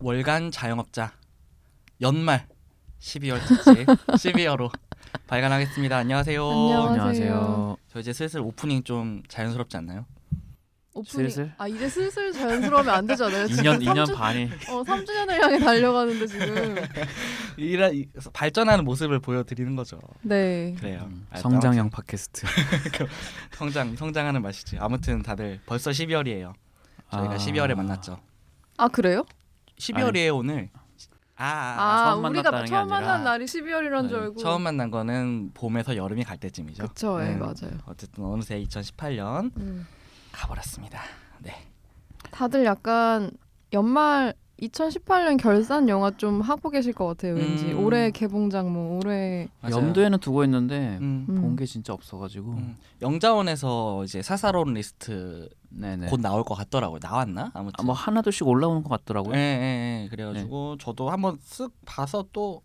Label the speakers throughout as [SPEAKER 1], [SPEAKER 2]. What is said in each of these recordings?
[SPEAKER 1] 월간 자영업자 연말 12월 특집 12월호 발간하겠습니다. 어, 안녕하세요.
[SPEAKER 2] 안녕.
[SPEAKER 3] 안녕하세요.
[SPEAKER 1] 저 이제 슬슬 오프닝 좀 자연스럽지 않나요?
[SPEAKER 2] 오프닝
[SPEAKER 3] 슬슬?
[SPEAKER 2] 아 이제 슬슬 자연스러우면 안 되잖아요. 지금
[SPEAKER 3] 2년 2년
[SPEAKER 2] 삼주-
[SPEAKER 3] 반이
[SPEAKER 2] 어 3주년을 향해 달려가는데 지금.
[SPEAKER 1] 이라 이- 발전하는 모습을 보여드리는 거죠.
[SPEAKER 2] 네.
[SPEAKER 3] 그래요.
[SPEAKER 1] 음,
[SPEAKER 3] 성장형 팟캐스트.
[SPEAKER 1] 성장 성장하는 맛이지. 아무튼 다들 벌써 12월이에요. 저희가
[SPEAKER 3] 아.
[SPEAKER 1] 12월에 만났죠.
[SPEAKER 2] 아 그래요?
[SPEAKER 1] 12월이에요 오늘. 아, 아,
[SPEAKER 2] 아,
[SPEAKER 3] 처음 만났다는
[SPEAKER 2] 우리가
[SPEAKER 3] 게
[SPEAKER 2] 처음
[SPEAKER 3] 아니라. 네,
[SPEAKER 2] 만난 날이 12월이란 줄 알고.
[SPEAKER 1] 처음 만난 거는 봄에서 여름이 갈 때쯤이죠.
[SPEAKER 2] 그쵸, 예,
[SPEAKER 3] 네.
[SPEAKER 1] 음,
[SPEAKER 2] 맞아요.
[SPEAKER 1] 어쨌든 어느새 2018년
[SPEAKER 2] 음.
[SPEAKER 1] 가버렸습니다. 네.
[SPEAKER 2] 다들 약간 연말 2018년 결산 영화 좀 하고 계실 것 같아요. 왠지
[SPEAKER 1] 음.
[SPEAKER 2] 올해 개봉작 뭐 올해
[SPEAKER 1] 맞아요.
[SPEAKER 3] 염두에는 두고 있는데
[SPEAKER 1] 음.
[SPEAKER 2] 음.
[SPEAKER 3] 본 게 진짜 없어가지고.
[SPEAKER 1] 음. 영자원에서 이제 사사로운 리스트
[SPEAKER 3] 네네.
[SPEAKER 1] 곧 나올 것 같더라고요. 나왔나? 아무튼.
[SPEAKER 3] 아, 뭐 하나둘씩 올라오는 것 같더라고요. 네.
[SPEAKER 1] 예, 예, 예. 그래가지고 저도 한번 쓱 봐서 또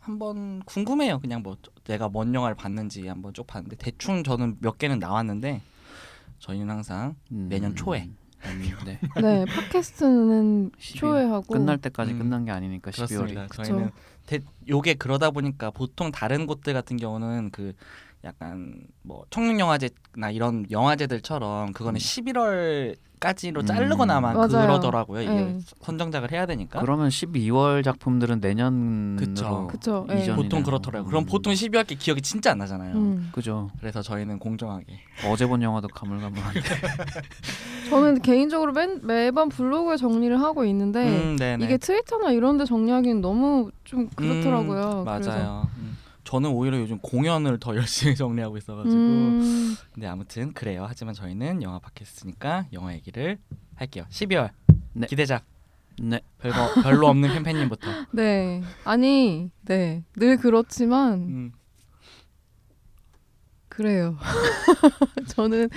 [SPEAKER 1] 한번 궁금해요. 그냥 뭐 내가 뭔 영화를 봤는지 한번 쭉 봤는데 대충 저는 몇 개는 나왔는데 저희는 항상
[SPEAKER 3] 음.
[SPEAKER 1] 내년 초에.
[SPEAKER 3] 음, 네.
[SPEAKER 2] 네 팟캐스트는
[SPEAKER 3] 12월
[SPEAKER 2] 초에 하고
[SPEAKER 3] 끝날 때까지
[SPEAKER 1] 음.
[SPEAKER 3] 끝난 게 아니니까 12월이.
[SPEAKER 1] 그렇습니다. 저희는 대, 요게 그러다 보니까 보통 다른 곳들 같은 경우는 그 약간 뭐 청룡영화제나 이런 영화제들처럼 그거는
[SPEAKER 3] 음.
[SPEAKER 1] 11월까지로
[SPEAKER 3] 음.
[SPEAKER 1] 자르거나만
[SPEAKER 2] 맞아요.
[SPEAKER 1] 그러더라고요. 이게
[SPEAKER 2] 네.
[SPEAKER 1] 선정작을 해야 되니까.
[SPEAKER 3] 그러면 12월 작품들은
[SPEAKER 1] 아.
[SPEAKER 3] 내년으로
[SPEAKER 1] 그쵸.
[SPEAKER 2] 그쵸, 예.
[SPEAKER 3] 이전이네요.
[SPEAKER 1] 보통 그렇더라고요. 그럼
[SPEAKER 3] 음.
[SPEAKER 1] 보통 12월 게 기억이 진짜 안 나잖아요.
[SPEAKER 2] 음.
[SPEAKER 3] 그죠.
[SPEAKER 1] 그래서 저희는 공정하게.
[SPEAKER 3] 어제 본 영화도 가물가물한데.
[SPEAKER 1] 네.
[SPEAKER 2] 저는 개인적으로 맨, 매번 블로그에 정리를 하고 있는데
[SPEAKER 1] 음, 네네.
[SPEAKER 2] 이게 트위터나 이런 데 정리하기는 너무 좀
[SPEAKER 1] 음,
[SPEAKER 2] 그렇더라고요. 그래서.
[SPEAKER 1] 맞아요. 음. 저는 오히려 요즘 공연을 더 열심히 정리하고 있어가지고.
[SPEAKER 2] 음,
[SPEAKER 1] 네 아무튼 그래요. 하지만 저희는 영화 팟캐스트니까 영화 얘기를 할게요. 12월
[SPEAKER 3] 네.
[SPEAKER 1] 기대작
[SPEAKER 3] 네.
[SPEAKER 1] 별거 별로 없는 팬팬님부터.
[SPEAKER 2] 네. 아니, 네. 늘 그렇지만
[SPEAKER 1] 음.
[SPEAKER 2] 그래요. 저는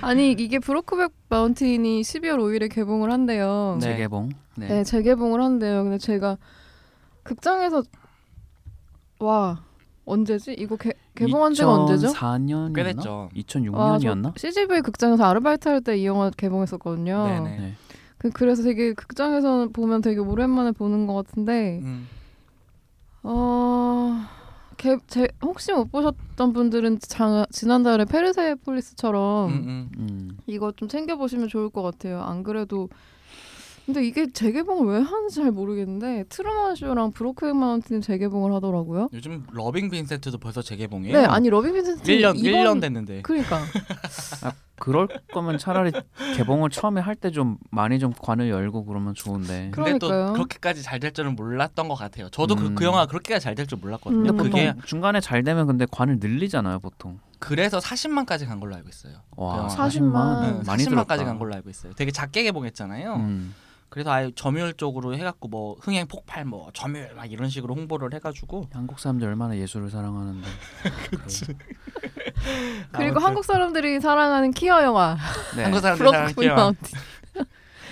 [SPEAKER 2] 아니 이게 브로크백 마운틴이 12월 5일에 개봉을 한대요.
[SPEAKER 1] 네.
[SPEAKER 3] 재개봉.
[SPEAKER 2] 네, 재개봉을 한대요. 근데 제가 극장에서 와 언제지? 이거 개, 개봉한 지가 언제죠? 아,
[SPEAKER 3] 2004년이었나?
[SPEAKER 1] 꽤 됐죠.
[SPEAKER 3] 2006년이었나?
[SPEAKER 2] CGV 극장에서 아르바이트 할 때 이 영화 개봉했었거든요.
[SPEAKER 1] 네네.
[SPEAKER 3] 네.
[SPEAKER 2] 그, 그래서 되게 극장에서 보면 되게 오랜만에 보는 것 같은데
[SPEAKER 1] 음.
[SPEAKER 2] 어... 개, 제, 혹시 못 보셨던 분들은 장, 지난달에 페르세폴리스처럼
[SPEAKER 1] 음, 음.
[SPEAKER 3] 음.
[SPEAKER 2] 이거 좀 챙겨보시면 좋을 것 같아요. 안 그래도 근데 이게 재개봉을 왜 하는지 잘 모르겠는데 트루먼 쇼랑 브로크백 마운틴 재개봉을 하더라고요.
[SPEAKER 1] 요즘 러빙 빈센트도 벌써 재개봉이에요. 음.
[SPEAKER 2] 네, 아니 러비 빈센트
[SPEAKER 1] 예. 1년 아,
[SPEAKER 2] 이번-
[SPEAKER 1] 1년 됐는데.
[SPEAKER 2] 그러니까
[SPEAKER 3] 그럴 거면 차라리 개봉을 처음에 할 때 좀 많이 좀 관을 열고 그러면 좋은데.
[SPEAKER 2] 그-
[SPEAKER 1] 근데 또
[SPEAKER 2] 그러니까요.
[SPEAKER 1] 그렇게까지 잘 될 줄은 몰랐던 것 같아요. 저도 그,
[SPEAKER 3] 음.
[SPEAKER 1] 그 영화 그렇게까지 잘 될 줄 몰랐거든요.
[SPEAKER 2] 음.
[SPEAKER 3] 근데
[SPEAKER 1] 그게
[SPEAKER 3] 보통 중간에 잘 되면 근데 관을 늘리잖아요, 보통.
[SPEAKER 1] 그래서 40만까지 간 걸로 알고 있어요.
[SPEAKER 3] 와,
[SPEAKER 1] 그 영화.
[SPEAKER 2] 40만.
[SPEAKER 3] 네,
[SPEAKER 2] 음,
[SPEAKER 3] 많이
[SPEAKER 1] 40만까지
[SPEAKER 3] 들었다.
[SPEAKER 1] 간 걸로 알고 있어요. 되게 작게 개봉했잖아요.
[SPEAKER 3] 음.
[SPEAKER 1] 그래서 아예 점유율적으로 해갖고 뭐 흥행 폭발 뭐 점유율 막 이런 식으로 홍보를 해가지고
[SPEAKER 3] 한국 사람들 얼마나 예술을 사랑하는데.
[SPEAKER 2] 그리고
[SPEAKER 1] 아무튼
[SPEAKER 2] 한국 사람들이 사랑하는 키어 영화
[SPEAKER 3] 네.
[SPEAKER 1] 한국 사람들이
[SPEAKER 2] 브로크백
[SPEAKER 1] 사랑하는
[SPEAKER 2] 마운틴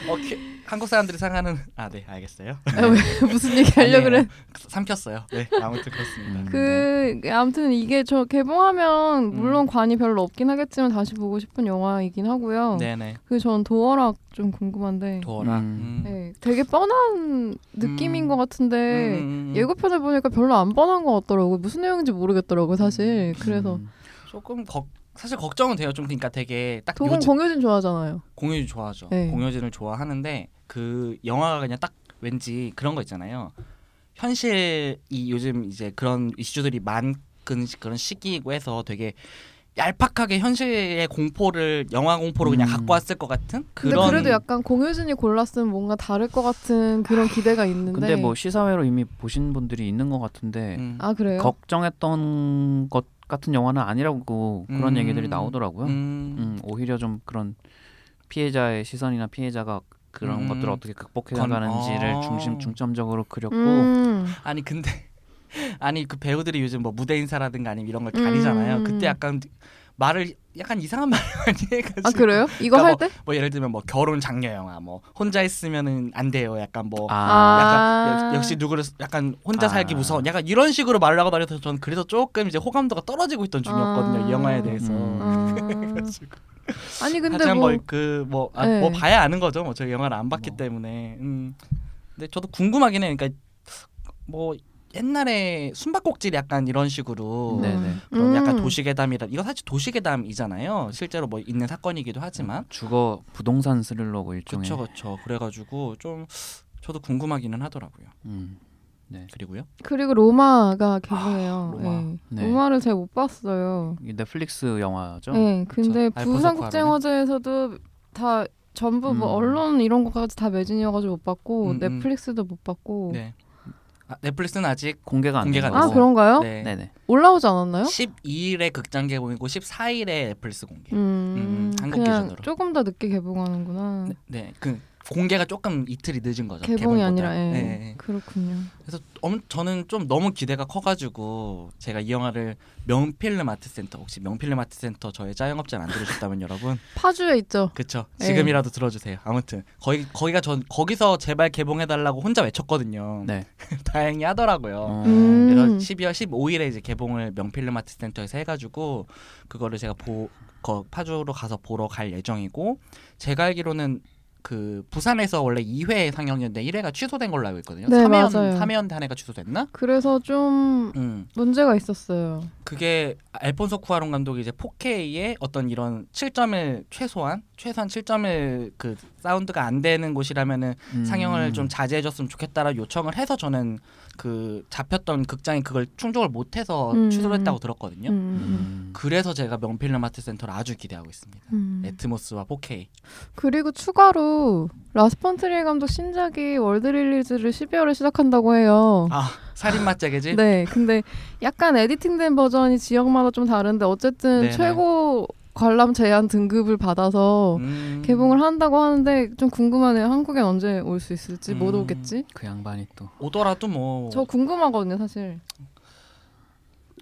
[SPEAKER 1] 어, 키- 한국 사람들이 사랑하는 아 네 알겠어요.
[SPEAKER 2] 아, 왜, 무슨 얘기 하려고 그래?
[SPEAKER 1] 네. 아니에요. 삼켰어요. 네 아무튼 그렇습니다.
[SPEAKER 3] 음, 네.
[SPEAKER 2] 그 아무튼 이게 저 개봉하면
[SPEAKER 1] 음.
[SPEAKER 2] 물론 관이 별로 없긴 하겠지만 다시 보고 싶은 영화이긴 하고요.
[SPEAKER 1] 네네
[SPEAKER 2] 그 전 도어락 좀 궁금한데.
[SPEAKER 1] 도어라.
[SPEAKER 3] 음.
[SPEAKER 1] 음.
[SPEAKER 2] 네, 되게 뻔한 느낌인
[SPEAKER 1] 음.
[SPEAKER 2] 것 같은데
[SPEAKER 1] 음, 음.
[SPEAKER 2] 예고편을 보니까 별로 안 뻔한 것 같더라고요. 무슨 내용인지 모르겠더라고요, 사실. 그래서
[SPEAKER 3] 음.
[SPEAKER 1] 조금 걱- 사실 걱정은 돼요. 좀 그러니까 되게 딱
[SPEAKER 2] 도건
[SPEAKER 1] 요즘-
[SPEAKER 2] 공효진 좋아하잖아요.
[SPEAKER 1] 공효진 좋아하죠.
[SPEAKER 2] 네.
[SPEAKER 1] 공효진을 좋아하는데 그 영화가 그냥 딱 왠지 그런 거 있잖아요. 현실이 요즘 이제 그런 이슈들이 많은 시- 그런 시기이고 해서 되게 얄팍하게 현실의 공포를 영화 공포로 그냥
[SPEAKER 3] 음.
[SPEAKER 1] 갖고 왔을 것 같은
[SPEAKER 2] 근데
[SPEAKER 1] 그런
[SPEAKER 2] 그래도 약간 공효진이 골랐으면 뭔가 다를 것 같은 그런 기대가 있는데.
[SPEAKER 3] 근데 뭐 시사회로 이미 보신 분들이 있는 것 같은데
[SPEAKER 1] 음.
[SPEAKER 2] 아 그래요?
[SPEAKER 3] 걱정했던 것 같은 영화는 아니라고 그런
[SPEAKER 1] 음.
[SPEAKER 3] 얘기들이 나오더라고요.
[SPEAKER 1] 음.
[SPEAKER 3] 음, 오히려 좀 그런 피해자의 시선이나 피해자가 그런
[SPEAKER 1] 음.
[SPEAKER 3] 것들을 어떻게 극복해
[SPEAKER 1] 건-
[SPEAKER 3] 나가는지를
[SPEAKER 1] 아.
[SPEAKER 3] 중심 중점적으로 그렸고
[SPEAKER 2] 음.
[SPEAKER 1] 아니 근데 아니 그 배우들이 요즘 뭐 무대 인사라든가 아니면 이런 걸
[SPEAKER 2] 음.
[SPEAKER 1] 다니잖아요. 그때 약간 말을 약간 이상한 말 많이 해가지고
[SPEAKER 2] 아 그래요? 이거
[SPEAKER 1] 그러니까
[SPEAKER 2] 할 때?
[SPEAKER 1] 뭐 예를 들면 뭐 결혼 장려 영화 뭐 혼자 있으면은 안 돼요. 약간 뭐
[SPEAKER 3] 아,
[SPEAKER 1] 약간 역- 역시 누구를 약간 혼자
[SPEAKER 3] 아.
[SPEAKER 1] 살기 무서워. 약간 이런 식으로 말을 하고 다녀서 저는 그래서 조금 이제 호감도가 떨어지고 있던 중이었거든요.
[SPEAKER 2] 아.
[SPEAKER 1] 이 영화에 대해서.
[SPEAKER 3] 음.
[SPEAKER 2] 아. 아니 근데
[SPEAKER 1] 하지만
[SPEAKER 2] 뭐
[SPEAKER 1] 뭐그뭐 아,
[SPEAKER 2] 네.
[SPEAKER 1] 뭐 봐야 아는 거죠. 뭐 저희 영화를 안 봤기
[SPEAKER 3] 뭐.
[SPEAKER 1] 때문에. 음. 근데 저도 궁금하긴 해. 그러니까 뭐 옛날에 숨바꼭질 약간 이런 식으로
[SPEAKER 3] 네. 네네.
[SPEAKER 1] 그런 약간
[SPEAKER 2] 음.
[SPEAKER 1] 도시괴담이라 이거 사실 도시괴담이잖아요. 실제로 뭐 있는 사건이기도 하지만
[SPEAKER 3] 음. 주거 부동산 스릴러고 일종의.
[SPEAKER 1] 그렇죠 그렇죠. 그래가지고 좀 저도 궁금하기는 하더라고요.
[SPEAKER 3] 음. 네.
[SPEAKER 1] 그리고요.
[SPEAKER 2] 그리고 로마가 개봉해요.
[SPEAKER 1] 아, 로마.
[SPEAKER 3] 네.
[SPEAKER 2] 를 잘 못 봤어요.
[SPEAKER 3] 이게 넷플릭스 영화죠.
[SPEAKER 2] 네,
[SPEAKER 1] 그쵸.
[SPEAKER 2] 근데
[SPEAKER 1] 알폰소
[SPEAKER 2] 부산국제영화제에서도 다 전부 뭐
[SPEAKER 3] 음.
[SPEAKER 2] 언론 이런 것까지 다 매진이어가지고 못
[SPEAKER 1] 음,
[SPEAKER 2] 봤고
[SPEAKER 1] 음.
[SPEAKER 2] 넷플릭스도 못 봤고.
[SPEAKER 1] 네. 아, 넷플릭스는 아직
[SPEAKER 3] 공개가 안
[SPEAKER 1] 공개가
[SPEAKER 3] 된
[SPEAKER 1] 안
[SPEAKER 2] 아
[SPEAKER 3] 거고.
[SPEAKER 1] 됐어요.
[SPEAKER 2] 그런가요?
[SPEAKER 1] 네.
[SPEAKER 3] 네네.
[SPEAKER 2] 올라오지 않았나요?
[SPEAKER 1] 12일에 극장 개봉이고 14일에 넷플릭스 공개.
[SPEAKER 2] 음,
[SPEAKER 1] 음, 한국
[SPEAKER 2] 그냥
[SPEAKER 1] 기준으로.
[SPEAKER 2] 조금 더 늦게 개봉하는구나.
[SPEAKER 1] 네, 네. 그 공개가 조금 이틀이 늦은 거죠.
[SPEAKER 2] 개봉이
[SPEAKER 1] 개봉보다.
[SPEAKER 2] 아니라, 예.
[SPEAKER 1] 네, 네.
[SPEAKER 2] 그렇군요.
[SPEAKER 1] 그래서 엄, 저는 좀 너무 기대가 커가지고 제가 이 영화를 명필름 아트센터 혹시 명필름 아트센터 저의 짜영업장 안 들으셨다면 여러분
[SPEAKER 2] 파주에 있죠.
[SPEAKER 1] 그쵸
[SPEAKER 2] 네.
[SPEAKER 1] 지금이라도 들어주세요. 아무튼 거기 거기가 전 거기서 제발 개봉해달라고 혼자 외쳤거든요.
[SPEAKER 3] 네.
[SPEAKER 1] 다행히 하더라고요.
[SPEAKER 3] 어,
[SPEAKER 2] 음.
[SPEAKER 1] 그래서 12월 15일에 이제 개봉을 명필름 아트 센터에서 해가지고 그거를 제가 보 거, 파주로 가서 보러 갈 예정이고 제가 알기로는 그 부산에서 원래 2회 상영이었는데 1회가 취소된 걸로 알고 있거든요.
[SPEAKER 2] 네,
[SPEAKER 1] 3회연
[SPEAKER 2] 맞아요.
[SPEAKER 1] 3회연 한 해가 취소됐나?
[SPEAKER 2] 그래서 좀
[SPEAKER 1] 음.
[SPEAKER 2] 문제가 있었어요.
[SPEAKER 1] 그게 알폰소 쿠아론 감독이 이제 4K의 어떤 이런 7점을 최소한 최소한 7점을 그 사운드가 안 되는 곳이라면은
[SPEAKER 3] 음.
[SPEAKER 1] 상영을 좀 자제해줬으면 좋겠다라 요청을 해서 저는 그 잡혔던 극장이 그걸 충족을 못해서
[SPEAKER 2] 음.
[SPEAKER 1] 취소했다고 들었거든요.
[SPEAKER 2] 음.
[SPEAKER 3] 음.
[SPEAKER 1] 그래서 제가 명필름 아트 센터를 아주 기대하고 있습니다.
[SPEAKER 2] 음.
[SPEAKER 1] 에트모스와 4K.
[SPEAKER 2] 그리고 추가로 라스펀트리 감독 신작이 월드 릴리즈를 12월에 시작한다고 해요.
[SPEAKER 1] 아 살인 맞자개지?
[SPEAKER 2] 어. 네, 근데 약간 에디팅된 버전이 지역마다 좀 다른데 어쨌든
[SPEAKER 1] 네네.
[SPEAKER 2] 최고 관람 제한 등급을 받아서
[SPEAKER 1] 음.
[SPEAKER 2] 개봉을 한다고 하는데 좀 궁금하네요. 한국엔 언제 올 수 있을지 못
[SPEAKER 1] 음.
[SPEAKER 2] 오겠지?
[SPEAKER 3] 그 양반이 또
[SPEAKER 1] 오더라도 뭐
[SPEAKER 2] 저 궁금하거든요, 사실.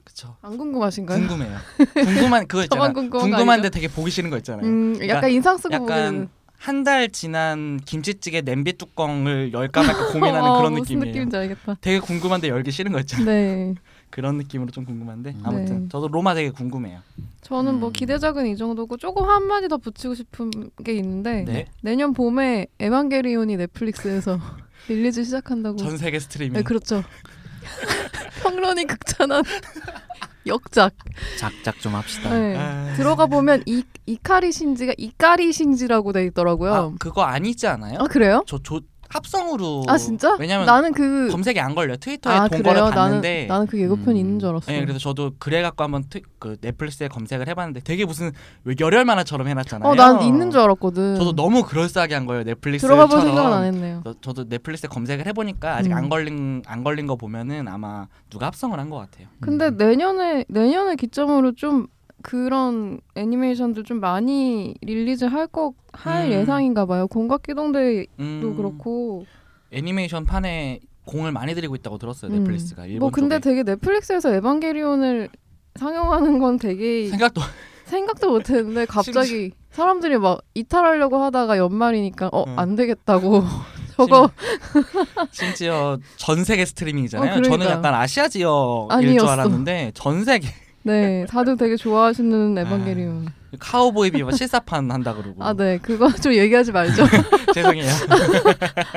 [SPEAKER 1] 그쵸.
[SPEAKER 2] 안 궁금하신가요?
[SPEAKER 1] 궁금해요. 궁금한 그거 있잖아.
[SPEAKER 2] 저만 궁금한 거
[SPEAKER 1] 궁금한데 되게 보기 싫은 거 있잖아요.
[SPEAKER 2] 음, 약간 인상 쓰고 보는
[SPEAKER 1] 약간 한 달 지난 김치찌개 냄비 뚜껑을 열까 말까 고민하는
[SPEAKER 2] 어,
[SPEAKER 1] 그런
[SPEAKER 2] 무슨
[SPEAKER 1] 느낌이에요.
[SPEAKER 2] 느낌인지 알겠다.
[SPEAKER 1] 되게 궁금한데 열기 싫은 거 있잖아요.
[SPEAKER 2] 네,
[SPEAKER 1] 그런 느낌으로 좀 궁금한데
[SPEAKER 3] 음.
[SPEAKER 1] 아무튼
[SPEAKER 2] 네.
[SPEAKER 1] 저도 로마 되게 궁금해요.
[SPEAKER 2] 저는 뭐
[SPEAKER 3] 음.
[SPEAKER 2] 기대작은 이 정도고 조금 한 마디 더 붙이고 싶은 게 있는데
[SPEAKER 1] 네.
[SPEAKER 2] 내년 봄에 에반게리온이 넷플릭스에서 릴리즈 시작한다고.
[SPEAKER 1] 전 세계 스트리밍.
[SPEAKER 2] 네, 그렇죠. 평론이 극찬한 역작.
[SPEAKER 3] 작작 좀 합시다.
[SPEAKER 2] 네.
[SPEAKER 1] 아.
[SPEAKER 2] 들어가 보면 이 이카리 신지가 이카리 신지라고 돼
[SPEAKER 1] 아,
[SPEAKER 2] 있더라고요.
[SPEAKER 1] 그거 아니지 않아요?
[SPEAKER 2] 아, 그래요?
[SPEAKER 1] 저, 저 합성으로
[SPEAKER 2] 아 진짜?
[SPEAKER 1] 왜냐면
[SPEAKER 2] 나는 그
[SPEAKER 1] 검색이 안 걸려. 트위터에
[SPEAKER 2] 아
[SPEAKER 1] 동거를
[SPEAKER 2] 그래요?
[SPEAKER 1] 봤는데
[SPEAKER 2] 나는 나는 그 예고편 이
[SPEAKER 3] 음.
[SPEAKER 2] 있는 줄 알았어.
[SPEAKER 1] 예, 그래서 저도 그래 갖고 한번 트, 그 넷플릭스에 검색을 해 봤는데 되게 무슨 왜 열혈 만화처럼 해 놨잖아요.
[SPEAKER 2] 어, 난 있는 줄 알았거든.
[SPEAKER 1] 저도 너무 그럴싸하게 한 거예요. 넷플릭스
[SPEAKER 2] 들어가 볼 생각은 안 했네요.
[SPEAKER 1] 저도 넷플릭스에 검색을 해 보니까 아직
[SPEAKER 2] 음.
[SPEAKER 1] 안 걸린 안 걸린 거 보면은 아마 누가 합성을 한 것 같아요.
[SPEAKER 2] 근데 내년에 내년에 기점으로 좀 그런 애니메이션들 좀 많이 릴리즈 할거할
[SPEAKER 1] 음.
[SPEAKER 2] 예상인가 봐요. 공각 기동대도
[SPEAKER 1] 음,
[SPEAKER 2] 그렇고 뭐
[SPEAKER 1] 애니메이션 판에 공을 많이 들이고 있다고 들었어요.
[SPEAKER 2] 음.
[SPEAKER 1] 넷플릭스가 일본
[SPEAKER 2] 뭐 근데
[SPEAKER 1] 쪽에.
[SPEAKER 2] 되게 넷플릭스에서 에반게리온을 상영하는 건 되게
[SPEAKER 1] 생각도
[SPEAKER 2] 생각도 못 했는데 갑자기 사람들이 막 이탈하려고 하다가 연말이니까 어
[SPEAKER 1] 응.
[SPEAKER 2] 안 되겠다고 저거
[SPEAKER 1] 심지어 전 세계 스트리밍이잖아요.
[SPEAKER 2] 어, 그러니까요.
[SPEAKER 1] 저는 약간 아시아 지역일 줄
[SPEAKER 2] 아니었어.
[SPEAKER 1] 알았는데 전 세계
[SPEAKER 2] 네 다들 되게 좋아하시는 에반게리온
[SPEAKER 1] 카우보이 비바 실사판 한다 그러고
[SPEAKER 2] 아 네 그거 좀 얘기하지 말죠
[SPEAKER 1] 죄송해요.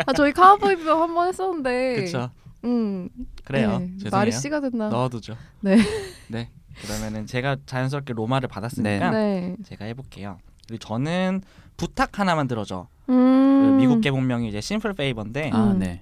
[SPEAKER 2] 아 저희 카우보이 비밥 한번 했었는데
[SPEAKER 1] 그렇죠.
[SPEAKER 2] 음
[SPEAKER 1] 그래요.
[SPEAKER 2] 네,
[SPEAKER 1] 죄송해요.
[SPEAKER 2] 말이 씨가 됐나
[SPEAKER 1] 넣어두죠.
[SPEAKER 2] 네.
[SPEAKER 1] 네. 그러면은 제가 자연스럽게 로마를 받았으니까
[SPEAKER 2] 네
[SPEAKER 1] 제가 해볼게요. 그리고 저는 부탁 하나만 들어줘. 그
[SPEAKER 2] 음.
[SPEAKER 1] 미국 개봉명이 이제 심플 페이버인데
[SPEAKER 3] 아
[SPEAKER 2] 음.
[SPEAKER 3] 네.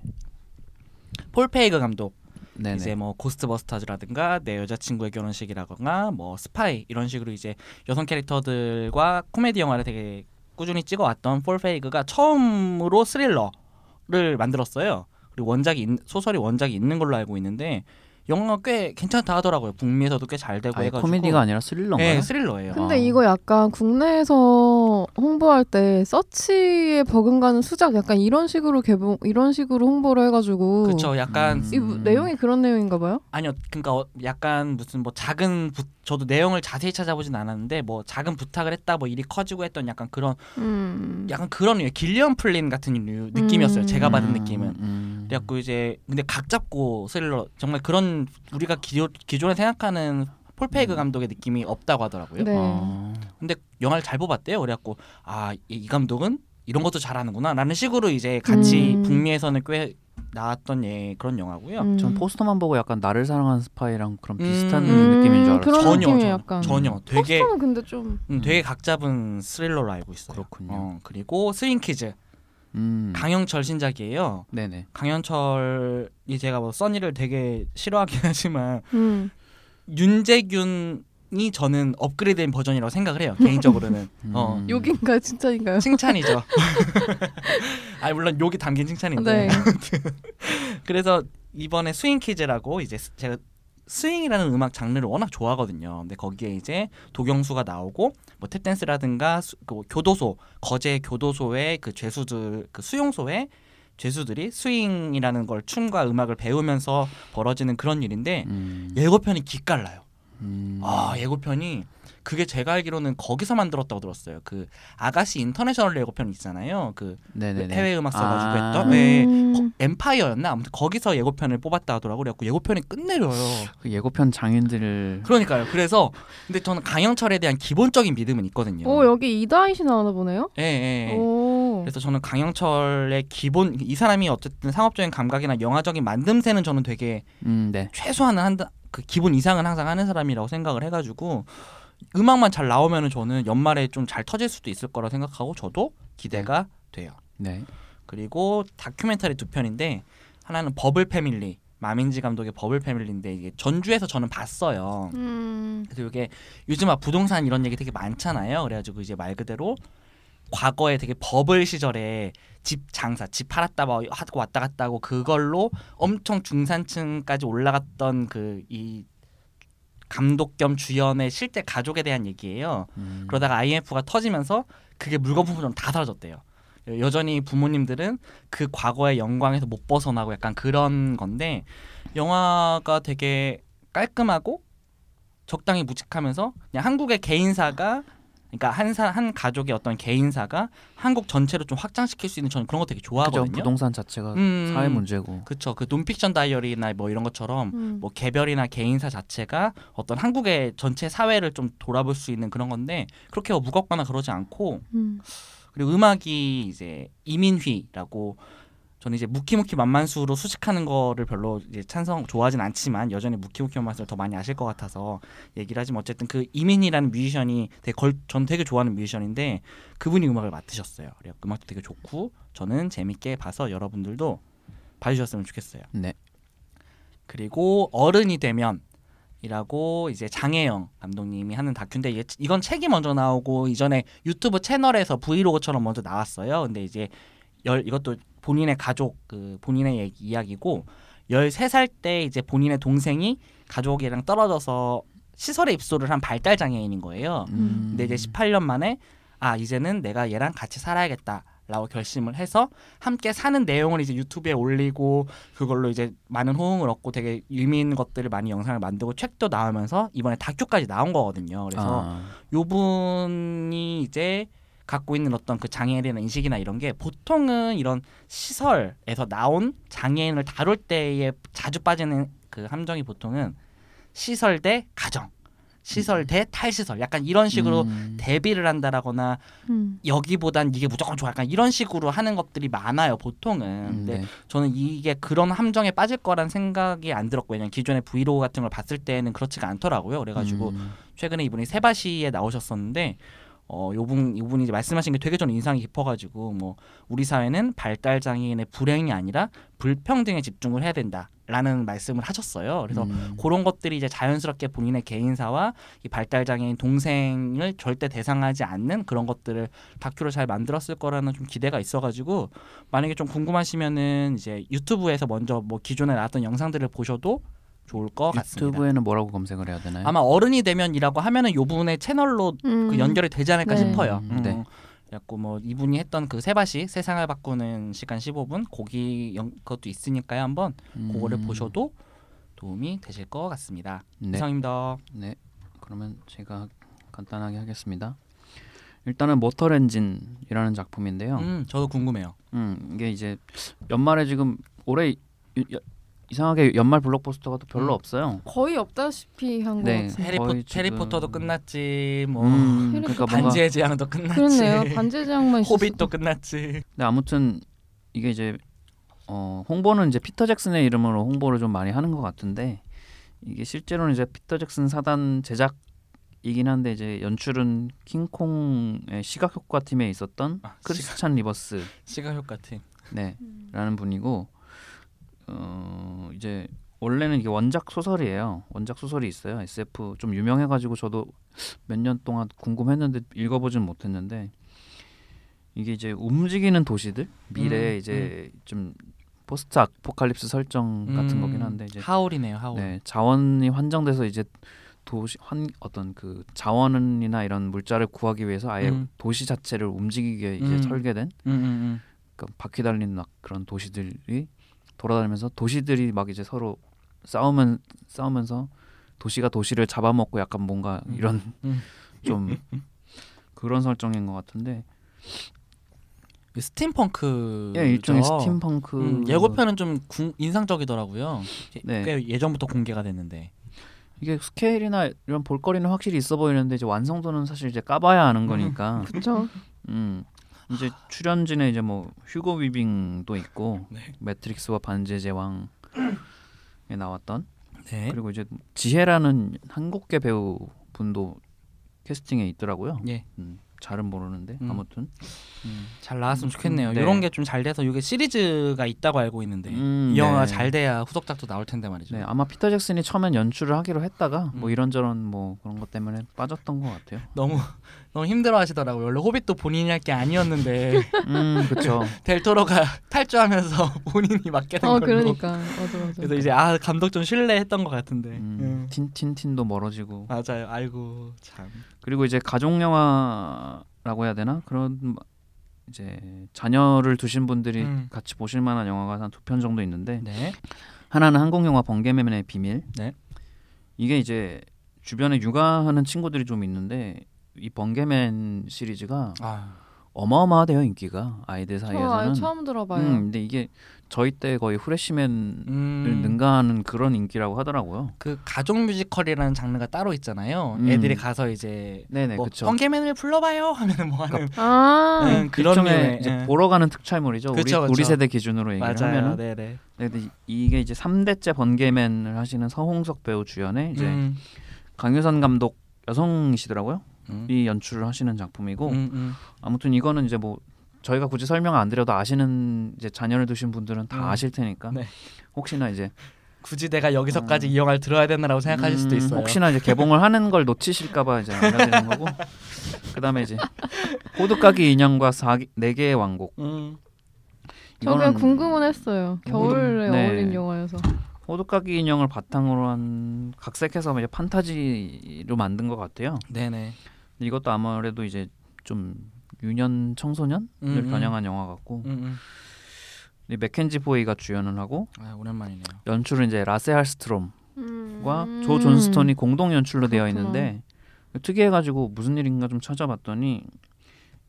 [SPEAKER 1] 폴 페이그 감독
[SPEAKER 3] 네네.
[SPEAKER 1] 이제 뭐 고스트버스터즈라든가 내 여자친구의 결혼식이라거나 뭐 스파이 이런 식으로 이제 여성 캐릭터들과 코미디 영화를 되게 꾸준히 찍어왔던 폴 페이그가 처음으로 스릴러를 만들었어요. 그리고 원작이 있- 소설이 원작이 있는 걸로 알고 있는데 영화 꽤 괜찮다 하더라고요. 북미에서도 꽤 잘 되고
[SPEAKER 3] 아예
[SPEAKER 1] 해가지고
[SPEAKER 3] 코미디가 아니라 스릴러인가요?
[SPEAKER 1] 네, 스릴러예요.
[SPEAKER 2] 근데
[SPEAKER 3] 아.
[SPEAKER 2] 이거 약간 국내에서 홍보할 때 서치에 버금가는 수작 약간 이런 식으로 개봉 이런 식으로 홍보를 해가지고
[SPEAKER 1] 아, 그쵸 약간
[SPEAKER 3] 음.
[SPEAKER 2] 이 무- 내용이 그런 내용인가 봐요.
[SPEAKER 1] 아니요 그러니까 어, 약간 무슨 뭐 작은 부, 저도 내용을 자세히 찾아보진 않았는데 뭐 작은 부탁을 했다 뭐 일이 커지고 했던 약간 그런
[SPEAKER 2] 음.
[SPEAKER 1] 약간 그런 류의 길리언 플린 같은 류 느낌이었어요.
[SPEAKER 2] 음.
[SPEAKER 1] 제가 받은
[SPEAKER 3] 음,
[SPEAKER 1] 느낌은.
[SPEAKER 3] 음.
[SPEAKER 1] 그래갖고 이제 근데 각 잡고 스릴러 정말 그런 우리가 기존 기존에 생각하는 폴페이그
[SPEAKER 3] 음.
[SPEAKER 1] 감독의 느낌이 없다고 하더라고요.
[SPEAKER 2] 네.
[SPEAKER 3] 어.
[SPEAKER 1] 근데 영화를 잘 뽑았대요. 그래갖고 아, 아이 이 감독은 이런 것도 잘하는구나라는 식으로 이제 같이
[SPEAKER 2] 음.
[SPEAKER 1] 북미에서는 꽤 나왔던 예 그런 영화고요.
[SPEAKER 2] 음.
[SPEAKER 3] 전 포스터만 보고 약간 나를 사랑하는 스파이랑 그런 비슷한
[SPEAKER 1] 음,
[SPEAKER 3] 느낌인 줄 알았어요.
[SPEAKER 2] 그런
[SPEAKER 1] 전혀,
[SPEAKER 2] 느낌이
[SPEAKER 1] 전혀.
[SPEAKER 2] 약간
[SPEAKER 1] 전혀 되게
[SPEAKER 2] 포스터는 근데 좀
[SPEAKER 1] 음, 되게 각 잡은 스릴러로 알고 있어요.
[SPEAKER 3] 그렇군요.
[SPEAKER 1] 어, 그리고 스윙키즈
[SPEAKER 3] 음.
[SPEAKER 1] 강영철 신작이에요.
[SPEAKER 3] 네네.
[SPEAKER 1] 강영철이 제가 뭐 써니를 되게 싫어하긴 하지만
[SPEAKER 2] 음.
[SPEAKER 1] 윤재균이 저는 업그레이드된 버전이라고 생각을 해요. 개인적으로는 어.
[SPEAKER 3] 음.
[SPEAKER 2] 욕인가 진짜인가요?
[SPEAKER 1] 칭찬이죠. 아 물론 욕이 담긴 칭찬인데.
[SPEAKER 2] 네.
[SPEAKER 1] 그래서 이번에 스윙 키즈라고 이제 스- 제가 스윙이라는 음악 장르를 워낙 좋아하거든요. 근데 거기에 이제 도경수가 나오고 뭐 탭댄스라든가 수- 그뭐 교도소 거제 교도소의 그 죄수들 그 수용소에 죄수들이 스윙이라는 걸 춤과 음악을 배우면서 벌어지는 그런 일인데
[SPEAKER 3] 음.
[SPEAKER 1] 예고편이 기깔나요.
[SPEAKER 3] 음.
[SPEAKER 1] 아 예고편이 그게 제가 알기로는 거기서 만들었다고 들었어요. 그 아가씨 인터내셔널 예고편 있잖아요. 그
[SPEAKER 3] 네네네.
[SPEAKER 1] 해외 음악 써가지고
[SPEAKER 3] 아.
[SPEAKER 1] 했던 네.
[SPEAKER 2] 음.
[SPEAKER 1] 거- 엠파이어였나 아무튼 거기서 예고편을 뽑았다 하더라고 그래갖고 예고편이 끝내려요.
[SPEAKER 3] 그 예고편 장인들을
[SPEAKER 1] 그러니까요. 그래서 근데 저는 강영철에 대한 기본적인 믿음은 있거든요.
[SPEAKER 2] 오 여기 이다희 씨 나오나 보네요.
[SPEAKER 1] 예, 예. 예.
[SPEAKER 2] 오.
[SPEAKER 1] 그래서 저는 강영철의 기본 이 사람이 어쨌든 상업적인 감각이나 영화적인 만듦새는 저는 되게
[SPEAKER 3] 음, 네.
[SPEAKER 1] 최소한은 한다 그 기본 이상은 항상 하는 사람이라고 생각을 해가지고 음악만 잘 나오면은 저는 연말에 좀 잘 터질 수도 있을 거라 생각하고 저도 기대가 돼요.
[SPEAKER 3] 네.
[SPEAKER 1] 그리고 다큐멘터리 두 편인데 하나는 버블 패밀리 마민지 감독의 버블 패밀리인데 이게 전주에서 저는 봤어요.
[SPEAKER 2] 음.
[SPEAKER 1] 그래서 이게 요즘 막 부동산 이런 얘기 되게 많잖아요. 그래가지고 이제 말 그대로 과거에 되게 버블 시절에 집 장사, 집 팔았다 뭐 하고 왔다 갔다 하고 그걸로 엄청 중산층까지 올라갔던 그 이 감독 겸 주연의 실제 가족에 대한 얘기예요.
[SPEAKER 3] 음.
[SPEAKER 1] 그러다가 IMF가 터지면서 그게 물건 부분처럼 다 사라졌대요. 여전히 부모님들은 그 과거의 영광에서 못 벗어나고 약간 그런 건데 영화가 되게 깔끔하고 적당히 묵직하면서 그냥 한국의 개인사가 그러니까 한 사 한 가족의 어떤 개인사가 한국 전체로 좀 확장시킬 수 있는 저는 그런 거 되게
[SPEAKER 3] 그죠.
[SPEAKER 1] 좋아하거든요.
[SPEAKER 3] 부동산 자체가
[SPEAKER 1] 음,
[SPEAKER 3] 사회 문제고.
[SPEAKER 1] 그쵸. 그 논픽션 다이어리나 뭐 이런 것처럼
[SPEAKER 2] 음.
[SPEAKER 1] 뭐 개별이나 개인사 자체가 어떤 한국의 전체 사회를 좀 돌아볼 수 있는 그런 건데 그렇게 뭐 무겁거나 그러지 않고
[SPEAKER 2] 음.
[SPEAKER 1] 그리고 음악이 이제 이민휘라고 저는 이제 무키무키 만만수로 수식하는 거를 별로 이제 찬성 좋아하진 않지만 여전히 무키무키 만만수를 더 많이 아실 것 같아서 얘기를 하지만 어쨌든 그 이민이라는 뮤지션이 되게 걸, 전 되게 좋아하는 뮤지션인데 그분이 음악을 맡으셨어요. 그래서 음악도 되게 좋고 저는 재밌게 봐서 여러분들도 봐주셨으면 좋겠어요.
[SPEAKER 3] 네.
[SPEAKER 1] 그리고 어른이 되면 이라고 이제 장혜영 감독님이 하는 다큐인데 이게- 이건 책이 먼저 나오고 이전에 유튜브 채널에서 브이로그처럼 먼저 나왔어요. 근데 이제 열 이것도 본인의 가족 그 본인의 얘기- 이야기고 13살 때 이제 본인의 동생이 가족이랑 떨어져서 시설에 입소를 한 발달 장애인인 거예요.
[SPEAKER 3] 음.
[SPEAKER 1] 근데 이제 18년 만에 아 이제는 내가 얘랑 같이 살아야겠다. 라고 결심을 해서 함께 사는 내용을 이제 유튜브에 올리고 그걸로 이제 많은 호응을 얻고 되게 유미인 것들을 많이 영상을 만들고 책도 나오면서 이번에 다큐까지 나온 거거든요. 그래서
[SPEAKER 3] 아.
[SPEAKER 1] 요분이 이제 갖고 있는 어떤 그 장애에 대한 인식이나 이런 게 보통은 이런 시설에서 나온 장애인을 다룰 때에 자주 빠지는 그 함정이 보통은 시설 대 가정, 시설 대 탈시설 약간 이런 식으로
[SPEAKER 3] 음.
[SPEAKER 1] 대비를 한다라거나
[SPEAKER 2] 음.
[SPEAKER 1] 여기보단 이게 무조건 좋아 약간 이런 식으로 하는 것들이 많아요 보통은
[SPEAKER 3] 음,
[SPEAKER 1] 근데
[SPEAKER 3] 네.
[SPEAKER 1] 저는 이게 그런 함정에 빠질 거란 생각이 안 들었고 왜냐면 기존의 브이로그 같은 걸 봤을 때는 그렇지가 않더라고요 그래가지고
[SPEAKER 3] 음.
[SPEAKER 1] 최근에 이분이 세바시에 나오셨었는데 어 요분 요분이 이제 말씀하신 게 되게 저는 인상이 깊어가지고 뭐 우리 사회는 발달 장애인의 불행이 아니라 불평등에 집중을 해야 된다라는 말씀을 하셨어요. 그래서
[SPEAKER 3] 음.
[SPEAKER 1] 그런 것들이 이제 자연스럽게 본인의 개인사와 이 발달 장애인 동생을 절대 대상하지 않는 그런 것들을 다큐로 잘 만들었을 거라는 좀 기대가 있어가지고 만약에 좀 궁금하시면은 이제 유튜브에서 먼저 뭐 기존에 나왔던 영상들을 보셔도 좋을 것 같습니다.
[SPEAKER 3] 유튜브에는 뭐라고 검색을 해야 되나요?
[SPEAKER 1] 아마 어른이 되면이라고 하면은 요 분의 채널로
[SPEAKER 2] 음.
[SPEAKER 1] 그 연결이 되지 않을까
[SPEAKER 2] 네.
[SPEAKER 1] 싶어요.
[SPEAKER 3] 음, 네.
[SPEAKER 1] 그래갖고 뭐 이분이 했던 그 세바시 세상을 바꾸는 시간 15분 고기 연 것도 있으니까요. 한번
[SPEAKER 3] 음.
[SPEAKER 1] 그거를 보셔도 도움이 되실 것 같습니다.
[SPEAKER 3] 네.
[SPEAKER 1] 이상입니다.
[SPEAKER 3] 네. 그러면 제가 간단하게 하겠습니다. 일단은 모터렌진이라는 작품인데요. 음.
[SPEAKER 1] 음, 저도 궁금해요.
[SPEAKER 3] 이게 이제 연말에 지금 올해 이- 이- 이상하게 연말 블록버스터가 또 별로
[SPEAKER 1] 음.
[SPEAKER 3] 없어요.
[SPEAKER 2] 거의 없다시피 한 것
[SPEAKER 3] 네.
[SPEAKER 2] 같은데.
[SPEAKER 1] 해리포,
[SPEAKER 3] 거의 지금-
[SPEAKER 1] 해리포터도 끝났지, 뭐
[SPEAKER 3] 음,
[SPEAKER 2] 캐릭터
[SPEAKER 3] 그러니까 뭔가
[SPEAKER 1] 반지의 제왕도 끝났지,
[SPEAKER 2] 그렇네요. 반지의 제왕만 있었어.
[SPEAKER 1] 호빗도 끝났지.
[SPEAKER 3] 근데 아무튼 이게 이제 어, 홍보는 이제 피터 잭슨의 이름으로 홍보를 좀 많이 하는 것 같은데 이게 실제로는 이제 피터 잭슨 사단 제작이긴 한데 이제 연출은 킹콩의 시각 효과 팀에 있었던
[SPEAKER 1] 아,
[SPEAKER 3] 크리스찬 리버스
[SPEAKER 1] 시각 효과 팀.
[SPEAKER 3] 네 라는 분이고 어 이제 원래는 이게 원작 소설이에요. 원작 소설이 있어요. SF 좀 유명해가지고 저도 몇 년 동안 궁금했는데 읽어보진 못했는데 이게 이제 움직이는 도시들 미래에
[SPEAKER 1] 음,
[SPEAKER 3] 이제 좀 포스트 아포칼립스 설정 같은
[SPEAKER 1] 음,
[SPEAKER 3] 거긴 한데 이제
[SPEAKER 1] 하울이네요 하울.
[SPEAKER 3] 네, 자원이 환정돼서 이제 도시 환 어떤 그 자원이나 이런 물자를 구하기 위해서 아예
[SPEAKER 1] 음.
[SPEAKER 3] 도시 자체를 움직이게 이제
[SPEAKER 1] 음.
[SPEAKER 3] 설계된
[SPEAKER 1] 음, 음,
[SPEAKER 3] 그러니까 바퀴 달린 막 그런 도시들이 돌아다니면서 도시들이 막 이제 서로 싸우면 싸우면서 도시가 도시를 잡아먹고 약간 뭔가
[SPEAKER 1] 음.
[SPEAKER 3] 이런
[SPEAKER 1] 음.
[SPEAKER 3] 좀 그런 설정인 것 같은데
[SPEAKER 1] 음. 스팀펑크.
[SPEAKER 3] 예 일종의 스팀펑크
[SPEAKER 1] 그렇죠. 음, 예고편은 좀 궁- 인상적이더라고요. 예-
[SPEAKER 3] 네.
[SPEAKER 1] 꽤 예전부터 공개가 됐는데.
[SPEAKER 3] 이게 스케일이나 이런 볼거리는 확실히 있어 보이는데 이제 완성도는 사실 이제 까봐야
[SPEAKER 1] 음.
[SPEAKER 3] 하는 거니까
[SPEAKER 2] 그렇죠.
[SPEAKER 3] 음. 이제 출연진에 이제 뭐 휴고 위빙도 있고
[SPEAKER 1] 네.
[SPEAKER 3] 매트릭스와 반지의 제왕에 나왔던
[SPEAKER 1] 네.
[SPEAKER 3] 그리고 이제 지혜라는 한국계 배우 분도 캐스팅에 있더라고요.
[SPEAKER 1] 예.
[SPEAKER 3] 음, 잘은 모르는데
[SPEAKER 1] 음.
[SPEAKER 3] 아무튼
[SPEAKER 1] 음, 잘 나왔으면 좋겠네요.
[SPEAKER 3] 음, 네.
[SPEAKER 1] 이런 게 좀 잘 돼서 이게 시리즈가 있다고 알고 있는데
[SPEAKER 3] 음,
[SPEAKER 1] 이 영화
[SPEAKER 3] 네.
[SPEAKER 1] 잘 돼야 후속작도 나올 텐데 말이죠.
[SPEAKER 3] 네, 아마 피터 잭슨이 처음엔 연출을 하기로 했다가 뭐
[SPEAKER 1] 음.
[SPEAKER 3] 이런저런 뭐 그런 것 때문에 빠졌던 것 같아요.
[SPEAKER 1] 너무 너무 힘들어하시더라고요. 원래 호빗도 본인이 할 게 아니었는데
[SPEAKER 3] 음, 그렇죠.
[SPEAKER 1] 델토로가 탈주하면서 본인이 맡게 된
[SPEAKER 2] 어
[SPEAKER 1] 걸로.
[SPEAKER 2] 그러니까 맞아 맞아.
[SPEAKER 1] 그래서 이제 아 감독 좀 신뢰했던 것 같은데.
[SPEAKER 3] 음,
[SPEAKER 1] 음.
[SPEAKER 3] 틴틴틴도 멀어지고
[SPEAKER 1] 맞아요. 아이고 참.
[SPEAKER 3] 그리고 이제 가족 영화라고 해야 되나 그런 이제 자녀를 두신 분들이
[SPEAKER 1] 음.
[SPEAKER 3] 같이 보실 만한 영화가 한 두 편 정도 있는데
[SPEAKER 1] 네.
[SPEAKER 3] 하나는 한국 영화 번개맨의 비밀.
[SPEAKER 1] 네.
[SPEAKER 3] 이게 이제 주변에 육아하는 친구들이 좀 있는데 이 번개맨 시리즈가
[SPEAKER 1] 아
[SPEAKER 3] 어마어마하대요 인기가 아이들
[SPEAKER 2] 저 아예
[SPEAKER 3] 사이에서는.
[SPEAKER 2] 처음 들어봐요.
[SPEAKER 3] 음, 근데 이게 저희 때 거의 후레쉬맨을
[SPEAKER 1] 음.
[SPEAKER 3] 능가하는 그런 인기라고 하더라고요.
[SPEAKER 1] 그 가족 뮤지컬이라는 장르가 따로 있잖아요.
[SPEAKER 3] 음.
[SPEAKER 1] 애들이 가서 이제
[SPEAKER 3] 네네
[SPEAKER 1] 뭐
[SPEAKER 3] 그쵸. 그러니까
[SPEAKER 1] 번개맨을 불러봐요 하면은 뭐 하는
[SPEAKER 2] 아
[SPEAKER 1] 음, 그런
[SPEAKER 3] 일종의
[SPEAKER 1] 류의
[SPEAKER 3] 이제
[SPEAKER 1] 예.
[SPEAKER 3] 보러 가는 특촬물이죠.
[SPEAKER 1] 그쵸,
[SPEAKER 3] 우리,
[SPEAKER 1] 그쵸.
[SPEAKER 3] 우리 세대 기준으로 얘기를
[SPEAKER 1] 맞아요.
[SPEAKER 3] 하면은.
[SPEAKER 1] 네네.
[SPEAKER 3] 네, 근데 이- 이게 이제 3대째 번개맨을 하시는 서홍석 배우 주연의 이제
[SPEAKER 1] 음.
[SPEAKER 3] 강유선 감독 여성이시더라고요.
[SPEAKER 1] 음.
[SPEAKER 3] 이 연출을 하시는 작품이고
[SPEAKER 1] 음, 음.
[SPEAKER 3] 아무튼 이거는 이제 뭐 저희가 굳이 설명 안 드려도 아시는 이제 자녀를 두신 분들은 다
[SPEAKER 1] 음.
[SPEAKER 3] 아실 테니까
[SPEAKER 1] 네.
[SPEAKER 3] 혹시나 이제
[SPEAKER 1] 굳이 내가 여기서까지 이 영화를 들어야 되나라고 생각하실 수도
[SPEAKER 3] 아. 음,
[SPEAKER 1] 있어요.
[SPEAKER 3] 혹시나 이제 개봉을 하는 걸 놓치실까봐 이제 알려드리는 거고 그다음에 이제 호두까기 인형과 사 네 개의 왕국
[SPEAKER 1] 음.
[SPEAKER 2] 저 그냥 궁금은 했어요. 겨울에
[SPEAKER 3] 음, 네.
[SPEAKER 2] 어울린 영화여서.
[SPEAKER 3] 호두까기 인형을 바탕으로 한 각색해서 이제 판타지로 만든 것 같아요.
[SPEAKER 1] 네네.
[SPEAKER 3] 근데 이것도 아무래도 이제 좀 유년 청소년을
[SPEAKER 1] 음, 음.
[SPEAKER 3] 겨냥한 영화 같고
[SPEAKER 1] 음, 음.
[SPEAKER 3] 이 맥켄지 보이가 주연을 하고
[SPEAKER 1] 아 오랜만이네요.
[SPEAKER 3] 연출은 이제 라세 할스트롬 과
[SPEAKER 2] 음.
[SPEAKER 3] 조 존스턴이 공동 연출로 되어
[SPEAKER 2] 그렇구나.
[SPEAKER 3] 있는데 특이해가지고 무슨 일인가 좀 찾아봤더니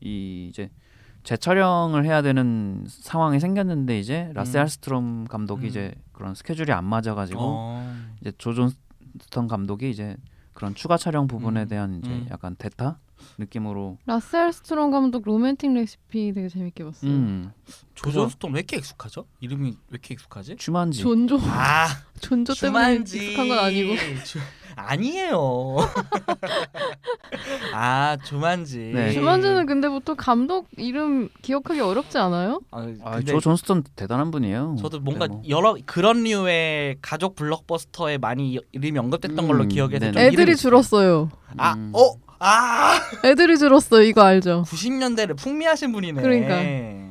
[SPEAKER 3] 이 이제 재촬영을 해야 되는 상황이 생겼는데 이제 라세
[SPEAKER 1] 음.
[SPEAKER 3] 할스트롬 감독이
[SPEAKER 1] 음.
[SPEAKER 3] 이제 그런 스케줄이 안 맞아가지고
[SPEAKER 1] 어.
[SPEAKER 3] 이제 조 존스턴 감독이 이제 그런 추가 촬영 부분에
[SPEAKER 1] 음.
[SPEAKER 3] 대한 이제
[SPEAKER 1] 음.
[SPEAKER 3] 약간 대타 느낌으로
[SPEAKER 2] 라셀 스트롱 감독 로맨틱 레시피 되게 재밌게 봤어요.
[SPEAKER 3] 음,
[SPEAKER 1] 조존 스톤 왜 이렇게 익숙하죠? 이름이 왜 이렇게 익숙하지?
[SPEAKER 3] 추만지
[SPEAKER 2] 존조
[SPEAKER 1] 아
[SPEAKER 2] 존조 때문에 익숙한 건 아니고.
[SPEAKER 1] 주- 아니에요. 아 주만지.
[SPEAKER 3] 네.
[SPEAKER 2] 주만지는 근데 보통 감독 이름 기억하기 어렵지 않아요?
[SPEAKER 1] 아,
[SPEAKER 3] 아,
[SPEAKER 1] 근데
[SPEAKER 3] 조 존스턴 대단한 분이에요.
[SPEAKER 1] 저도 뭔가
[SPEAKER 3] 근데 뭐.
[SPEAKER 1] 여러 그런 류의 가족 블록버스터에 많이 여- 이름이 언급됐던 걸로
[SPEAKER 3] 음,
[SPEAKER 1] 기억해서
[SPEAKER 3] 네네.
[SPEAKER 1] 좀 이름이
[SPEAKER 2] 애들이
[SPEAKER 1] 있어요.
[SPEAKER 2] 줄었어요.
[SPEAKER 1] 아,
[SPEAKER 3] 음.
[SPEAKER 1] 어, 아,
[SPEAKER 2] 애들이 줄었어요. 이거 알죠?
[SPEAKER 1] 90년대를 풍미하신 분이네.
[SPEAKER 2] 그러니까.
[SPEAKER 1] 네.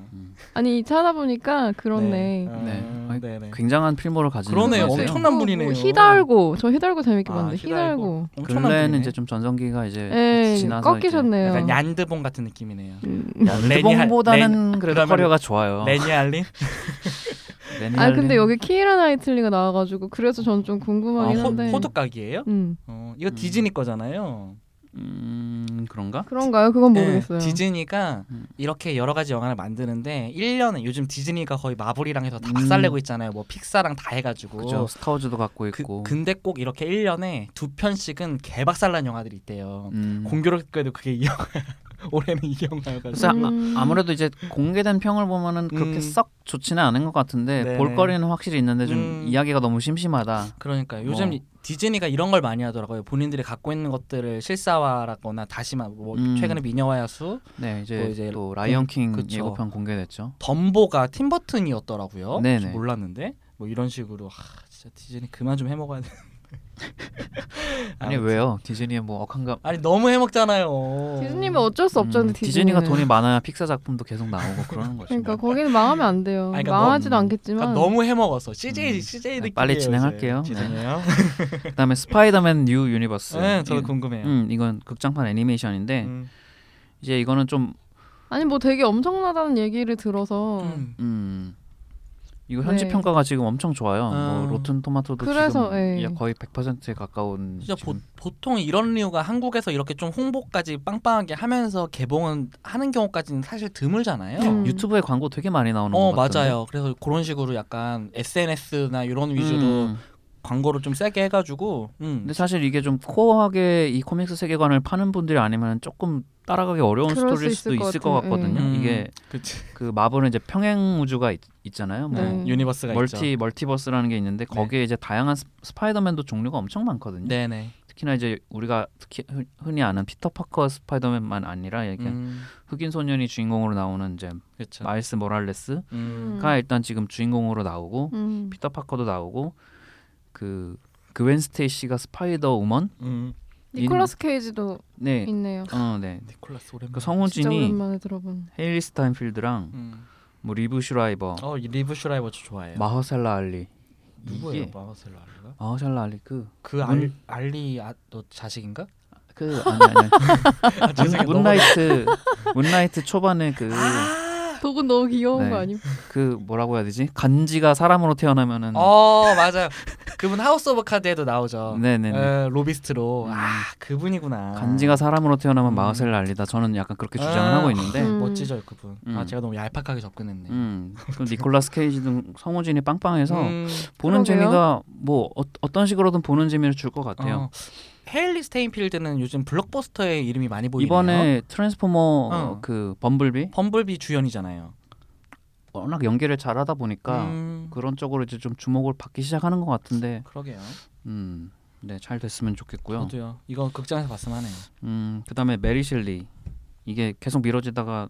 [SPEAKER 2] 아니 찾아보니까 그렇네.
[SPEAKER 1] 아,
[SPEAKER 3] 네. 아이,
[SPEAKER 1] 네네.
[SPEAKER 3] 굉장한 필모를 가진
[SPEAKER 1] 그러네요.
[SPEAKER 3] 분이세요.
[SPEAKER 1] 엄청 엄청난
[SPEAKER 2] 어,
[SPEAKER 1] 분이네요.
[SPEAKER 2] 뭐 희달고 저 희달고 재밌게
[SPEAKER 1] 아,
[SPEAKER 2] 봤는데 희달고.
[SPEAKER 1] 엄청난
[SPEAKER 3] 근래에는
[SPEAKER 1] 분이네.
[SPEAKER 3] 이제 좀 전성기가 이제
[SPEAKER 2] 예,
[SPEAKER 3] 네, 지나서
[SPEAKER 2] 꺾이셨네요.
[SPEAKER 1] 약간 얀드봉 같은 느낌이네요. 그러니까
[SPEAKER 2] 음.
[SPEAKER 1] 레니
[SPEAKER 3] 레니봉보다는 그래도
[SPEAKER 1] 그러면
[SPEAKER 3] 커리어가 좋아요.
[SPEAKER 1] 레니 알린?
[SPEAKER 3] 레니
[SPEAKER 2] 아 근데
[SPEAKER 3] 알린.
[SPEAKER 2] 여기 키이라 나이틀리가 나와가지고 그래서 전 좀 궁금하긴
[SPEAKER 3] 아,
[SPEAKER 1] 어, 호,
[SPEAKER 2] 한데.
[SPEAKER 1] 호두각이에요?
[SPEAKER 2] 음
[SPEAKER 1] 어, 이거
[SPEAKER 3] 음.
[SPEAKER 1] 디즈니 거잖아요.
[SPEAKER 3] 음 그런가?
[SPEAKER 2] 그런가요? 그건
[SPEAKER 1] 네,
[SPEAKER 2] 모르겠어요.
[SPEAKER 1] 디즈니가
[SPEAKER 3] 음.
[SPEAKER 1] 이렇게 여러 가지 영화를 만드는데 1년에 요즘 디즈니가 거의 마블이랑 해서 다
[SPEAKER 3] 음.
[SPEAKER 1] 박살내고 있잖아요. 뭐 픽사랑 다 해가지고.
[SPEAKER 3] 그죠. 스타워즈도 갖고
[SPEAKER 1] 어. 그-
[SPEAKER 3] 있고.
[SPEAKER 1] 근데 꼭 이렇게 1년에 두 편씩은 개박살난 영화들이 있대요.
[SPEAKER 3] 음.
[SPEAKER 1] 공교롭게도 그게 이 영화 올해는 이 영화여가지고
[SPEAKER 3] 그래서
[SPEAKER 2] 음.
[SPEAKER 3] 아, 무래도 이제 공개된 평을 보면은 그렇게
[SPEAKER 1] 음.
[SPEAKER 3] 썩 좋지는 않은 것 같은데
[SPEAKER 1] 네네.
[SPEAKER 3] 볼거리는 확실히 있는데 좀
[SPEAKER 1] 음.
[SPEAKER 3] 이야기가 너무 심심하다.
[SPEAKER 1] 그러니까 요즘
[SPEAKER 3] 뭐.
[SPEAKER 1] 디즈니가 이런 걸 많이 하더라고요. 본인들이 갖고 있는 것들을 실사화라거나 다시마 뭐
[SPEAKER 3] 음.
[SPEAKER 1] 최근에 미녀와의 수
[SPEAKER 3] 네 이제
[SPEAKER 1] 또
[SPEAKER 3] 또,
[SPEAKER 1] 뭐 이제
[SPEAKER 3] 라이언 킹
[SPEAKER 1] 그쵸.
[SPEAKER 3] 예고편 공개됐죠.
[SPEAKER 1] 덤보가 팀버튼이었더라고요.
[SPEAKER 3] 네네.
[SPEAKER 1] 좀 몰랐는데 뭐 이런 식으로 하, 진짜 디즈니 그만 좀 해먹어야 돼.
[SPEAKER 3] 아니 왜요? 디즈니에 뭐 억한가?
[SPEAKER 1] 아니 너무 해먹잖아요.
[SPEAKER 2] 디즈니면 어쩔 수 없죠.
[SPEAKER 3] 음,
[SPEAKER 2] 근데
[SPEAKER 3] 디즈니가
[SPEAKER 2] 디즈니는.
[SPEAKER 3] 돈이 많아야 픽사 작품도 계속 나오고 그러는 거죠.
[SPEAKER 2] 그러니까 거기는 망하면 안 돼요.
[SPEAKER 1] 아니, 그러니까
[SPEAKER 2] 망하지도
[SPEAKER 3] 뭐, 음,
[SPEAKER 2] 않겠지만
[SPEAKER 1] 그러니까 너무 해먹었어. CJ
[SPEAKER 3] 음.
[SPEAKER 1] CJ
[SPEAKER 3] 네,
[SPEAKER 1] 느낌.
[SPEAKER 3] 빨리 진행할게요. 네.
[SPEAKER 1] 진행해요.
[SPEAKER 3] 그다음에 스파이더맨 뉴 유니버스.
[SPEAKER 1] 네, 저도
[SPEAKER 3] 이-
[SPEAKER 1] 궁금해요.
[SPEAKER 3] 음, 네. 이건 극장판 애니메이션인데
[SPEAKER 1] 음.
[SPEAKER 3] 이제 이거는 좀
[SPEAKER 2] 아니 뭐 되게 엄청나다는 얘기를 들어서
[SPEAKER 1] 음.
[SPEAKER 3] 음, 이거 현지
[SPEAKER 2] 네.
[SPEAKER 3] 평가가 지금 엄청 좋아요.
[SPEAKER 1] 아.
[SPEAKER 3] 뭐 로튼 토마토도
[SPEAKER 2] 그래서,
[SPEAKER 3] 지금
[SPEAKER 2] 예.
[SPEAKER 3] 이제 거의 100%에 가까운
[SPEAKER 1] 진짜
[SPEAKER 3] 지금
[SPEAKER 1] 보, 통 이런 류가 한국에서 이렇게 좀 홍보까지 빵빵하게 하면서 개봉은 하는 경우까지는 사실 드물잖아요.
[SPEAKER 2] 음.
[SPEAKER 3] 네, 유튜브에 광고 되게 많이 나오는
[SPEAKER 1] 어
[SPEAKER 3] 것 같던데.
[SPEAKER 1] 맞아요. 그래서 그런 식으로 약간 SNS나 이런 위주로
[SPEAKER 3] 음.
[SPEAKER 1] 광고를 좀 세게 해가지고 음.
[SPEAKER 3] 근데 사실 이게 좀 코어하게 이 코믹스 세계관을 파는 분들이 아니면 조금 따라가기 어려운
[SPEAKER 2] 그럴
[SPEAKER 3] 스토리일
[SPEAKER 2] 수
[SPEAKER 3] 수도
[SPEAKER 2] 있을 것
[SPEAKER 3] 있을 것
[SPEAKER 2] 같아요.
[SPEAKER 3] 같거든요.
[SPEAKER 1] 음,
[SPEAKER 3] 이게
[SPEAKER 1] 그치.
[SPEAKER 3] 그 마블은 이제 평행 우주가 있, 잖아요 뭐
[SPEAKER 2] 네. 음.
[SPEAKER 1] 유니버스가
[SPEAKER 3] 멀티
[SPEAKER 1] 있죠.
[SPEAKER 3] 멀티버스라는 게 있는데
[SPEAKER 1] 네.
[SPEAKER 3] 거기에 이제 다양한 스- 스파이더맨도 종류가 엄청 많거든요.
[SPEAKER 1] 네네.
[SPEAKER 3] 특히나 이제 우리가 특히 흔- 흔히 아는 피터 파커 스파이더맨만 아니라 이게
[SPEAKER 1] 음,
[SPEAKER 3] 흑인 소년이 주인공으로 나오는 이제
[SPEAKER 1] 그렇죠.
[SPEAKER 3] 마일스 모랄레스가
[SPEAKER 1] 음.
[SPEAKER 2] 음.
[SPEAKER 3] 일단 지금 주인공으로 나오고
[SPEAKER 2] 음.
[SPEAKER 3] 피터 파커도 나오고 그 그웬 스테이시가 스파이더 우먼
[SPEAKER 1] 음.
[SPEAKER 2] 니콜라스 케이지도
[SPEAKER 3] 네.
[SPEAKER 2] 있네요.
[SPEAKER 3] 어, 네.
[SPEAKER 1] 니콜라스 오랜만.
[SPEAKER 3] 그
[SPEAKER 2] 진짜
[SPEAKER 3] 성우진이
[SPEAKER 2] 오랜만에 들어본.
[SPEAKER 3] 헤일리 스타인필드랑
[SPEAKER 1] 음.
[SPEAKER 3] 뭐 리브 슈라이버,
[SPEAKER 1] 어이 네. 리브 슈라이버 저 좋아해요.
[SPEAKER 3] 마허살라 알리.
[SPEAKER 1] 누구예요?
[SPEAKER 3] 이게
[SPEAKER 1] 마우셀라 알리가?
[SPEAKER 3] 마허살라 알리 그
[SPEAKER 1] 그알 알리 아, 너 자식인가?
[SPEAKER 3] 그 아니 아니
[SPEAKER 1] 아, 죄송해요.
[SPEAKER 3] 문, 문라이트 문라이트 초반에 그 그
[SPEAKER 2] 독은 너무 귀여운
[SPEAKER 3] 네.
[SPEAKER 2] 거 아니에요?
[SPEAKER 3] 뭐라고 해야 되지 간지가 사람으로 태어나면은
[SPEAKER 1] 어 맞아요. 그분 하우스 오브 카드에도 나오죠.
[SPEAKER 3] 네네네
[SPEAKER 1] 에, 로비스트로
[SPEAKER 3] 음.
[SPEAKER 1] 아 그분이구나.
[SPEAKER 3] 간지가 사람으로 태어나면
[SPEAKER 1] 음.
[SPEAKER 3] 마허살라 알리다 저는 약간 그렇게 주장을
[SPEAKER 1] 아.
[SPEAKER 3] 하고 있는데
[SPEAKER 2] 음.
[SPEAKER 1] 멋지죠 그분. 아
[SPEAKER 3] 음.
[SPEAKER 1] 제가 너무 얄팍하게 접근했네.
[SPEAKER 3] 음, 그 니콜라스 케이지 등 성우진이 빵빵해서
[SPEAKER 1] 음,
[SPEAKER 3] 보는
[SPEAKER 2] 그러게요.
[SPEAKER 3] 재미가 뭐 어, 떤 식으로든 보는 재미를 줄 것 같아요.
[SPEAKER 1] 어. 헤일리 스테인필드는 요즘 블록버스터에 이름이 많이 보이네요.
[SPEAKER 3] 이번에 트랜스포머
[SPEAKER 1] 어.
[SPEAKER 3] 그 범블비
[SPEAKER 1] 범블비 주연이잖아요.
[SPEAKER 3] 워낙 연기를 잘하다 보니까
[SPEAKER 1] 음,
[SPEAKER 3] 그런 쪽으로 이제 좀 주목을 받기 시작하는 것 같은데,
[SPEAKER 1] 그러게요.
[SPEAKER 3] 음, 네, 잘 됐으면 좋겠고요.
[SPEAKER 1] 저도요. 이거 극장에서 봤으면 하네요.
[SPEAKER 3] 음, 그다음에 메리 실리 이게 계속 미뤄지다가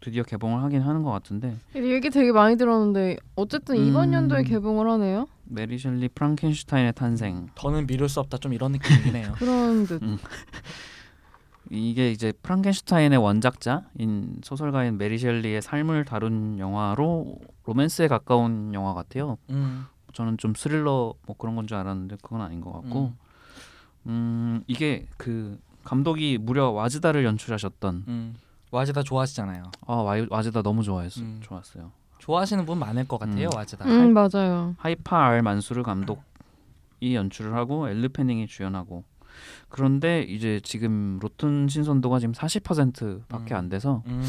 [SPEAKER 3] 드디어 개봉을 하긴 하는 것 같은데
[SPEAKER 2] 얘기 되게 많이 들었는데 어쨌든 이번
[SPEAKER 3] 음.
[SPEAKER 2] 연도에 개봉을 하네요.
[SPEAKER 3] 메리 실리 프랑켄슈타인의 탄생
[SPEAKER 1] 더는 미룰 수 없다 좀 이런 느낌이긴 해요.
[SPEAKER 2] 그런 듯.
[SPEAKER 3] 음, 이게 이제 프랑켄슈타인의 원작자인 소설가인 메리 셸리의 삶을 다룬 영화로 로맨스에 가까운 영화 같아요.
[SPEAKER 1] 음,
[SPEAKER 3] 저는 좀 스릴러 뭐 그런 건 줄 알았는데 그건 아닌 것 같고 음, 이게 그 감독이 무려 와즈다를 연출하셨던
[SPEAKER 1] 음. 와즈다 좋아하시잖아요.
[SPEAKER 3] 아 와, 와즈다 너무 좋아했어요.
[SPEAKER 1] 음.
[SPEAKER 3] 좋았어요.
[SPEAKER 1] 좋아하시는 분 많을 것 같아요.
[SPEAKER 3] 음.
[SPEAKER 1] 와즈다.
[SPEAKER 2] 음 맞아요.
[SPEAKER 3] 하이파 알 만수르 감독이 연출을 하고 엘르 페닝이 주연하고 그런데 이제 지금 로튼 신선도가 지금 40%밖에
[SPEAKER 1] 음.
[SPEAKER 3] 안 돼서
[SPEAKER 1] 음,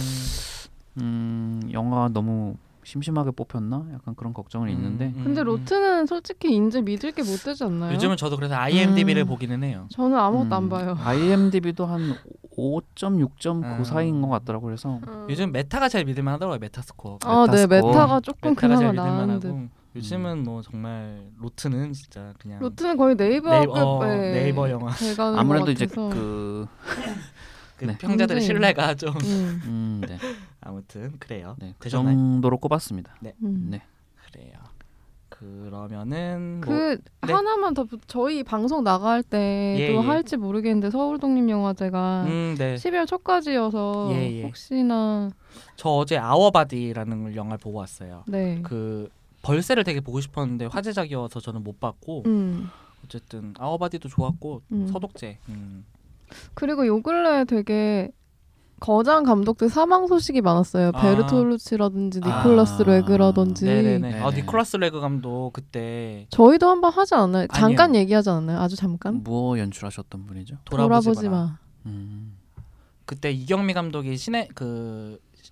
[SPEAKER 3] 음 영화가 너무 심심하게 뽑혔나 약간 그런 걱정은 있는데
[SPEAKER 1] 음, 음,
[SPEAKER 2] 근데
[SPEAKER 1] 음.
[SPEAKER 2] 로트는 솔직히 인제 믿을 게 못 되지 않나요?
[SPEAKER 1] 요즘은 저도 그래서 IMDb를
[SPEAKER 2] 음.
[SPEAKER 1] 보기는 해요.
[SPEAKER 2] 저는 아무것도 안
[SPEAKER 3] 음,
[SPEAKER 2] 봐요.
[SPEAKER 3] IMDb도 한 5.6점
[SPEAKER 1] 음.
[SPEAKER 3] 그 사이인 것 같더라고
[SPEAKER 2] 음,
[SPEAKER 3] 그래서
[SPEAKER 1] 요즘 메타가 제일 믿을만 하더라고요. 메타 스코어.
[SPEAKER 2] 아, 네,
[SPEAKER 3] 메타스코어.
[SPEAKER 2] 메타가 조금
[SPEAKER 1] 메타가
[SPEAKER 2] 그나마
[SPEAKER 1] 제일
[SPEAKER 2] 나은
[SPEAKER 1] 믿을만
[SPEAKER 2] 듯.
[SPEAKER 1] 하고 요즘은 뭐 정말 로트는 진짜 그냥
[SPEAKER 2] 로트는 거의 네이버급
[SPEAKER 1] 네이버- 어, 네이버 영화.
[SPEAKER 2] 제가
[SPEAKER 3] 아무래도 이제 그
[SPEAKER 1] 그
[SPEAKER 3] 네.
[SPEAKER 1] 평자들의
[SPEAKER 2] 굉장히-
[SPEAKER 1] 신뢰가 좀
[SPEAKER 2] 음,
[SPEAKER 3] 음, 네,
[SPEAKER 1] 아무튼 그래요.
[SPEAKER 3] 네, 그
[SPEAKER 1] 되셨나요?
[SPEAKER 3] 정도로 꼽았습니다.
[SPEAKER 2] 음.
[SPEAKER 3] 네.
[SPEAKER 1] 그래요. 그러면은
[SPEAKER 2] 그
[SPEAKER 1] 뭐 네.
[SPEAKER 2] 하나만 더 부- 저희 방송 나갈 때도
[SPEAKER 1] 예, 예.
[SPEAKER 2] 할지 모르겠는데 서울 독립 영화제가
[SPEAKER 1] 음, 네.
[SPEAKER 2] 12월 초까지여서
[SPEAKER 1] 예, 예.
[SPEAKER 2] 혹시나
[SPEAKER 1] 저 어제 아워바디라는 영화를 보고 왔어요.
[SPEAKER 2] 네.
[SPEAKER 1] 그 벌새를 되게 보고 싶었는데 화제작이어서 저는 못 봤고
[SPEAKER 2] 음.
[SPEAKER 1] 어쨌든 아워바디도 좋았고
[SPEAKER 2] 음.
[SPEAKER 1] 서독제 음.
[SPEAKER 2] 그리고 요 근래 되게 거장 감독들 사망 소식이 많았어요.
[SPEAKER 1] 아.
[SPEAKER 2] 베르톨루치라든지
[SPEAKER 1] 아.
[SPEAKER 2] 니콜라스 레그라든지
[SPEAKER 1] 네네네. 아
[SPEAKER 3] 네네.
[SPEAKER 1] 니콜라스 레그 감독 그때
[SPEAKER 2] 저희도 한번 하지 않나요? 잠깐
[SPEAKER 1] 아니요. 음,
[SPEAKER 2] 얘기하지 않나요? 아주 잠깐.
[SPEAKER 3] 뭐 연출하셨던 분이죠?
[SPEAKER 1] 돌아보지, 마라.
[SPEAKER 2] 마.
[SPEAKER 3] 음,
[SPEAKER 1] 그때 이경미 감독이 시네 그 시-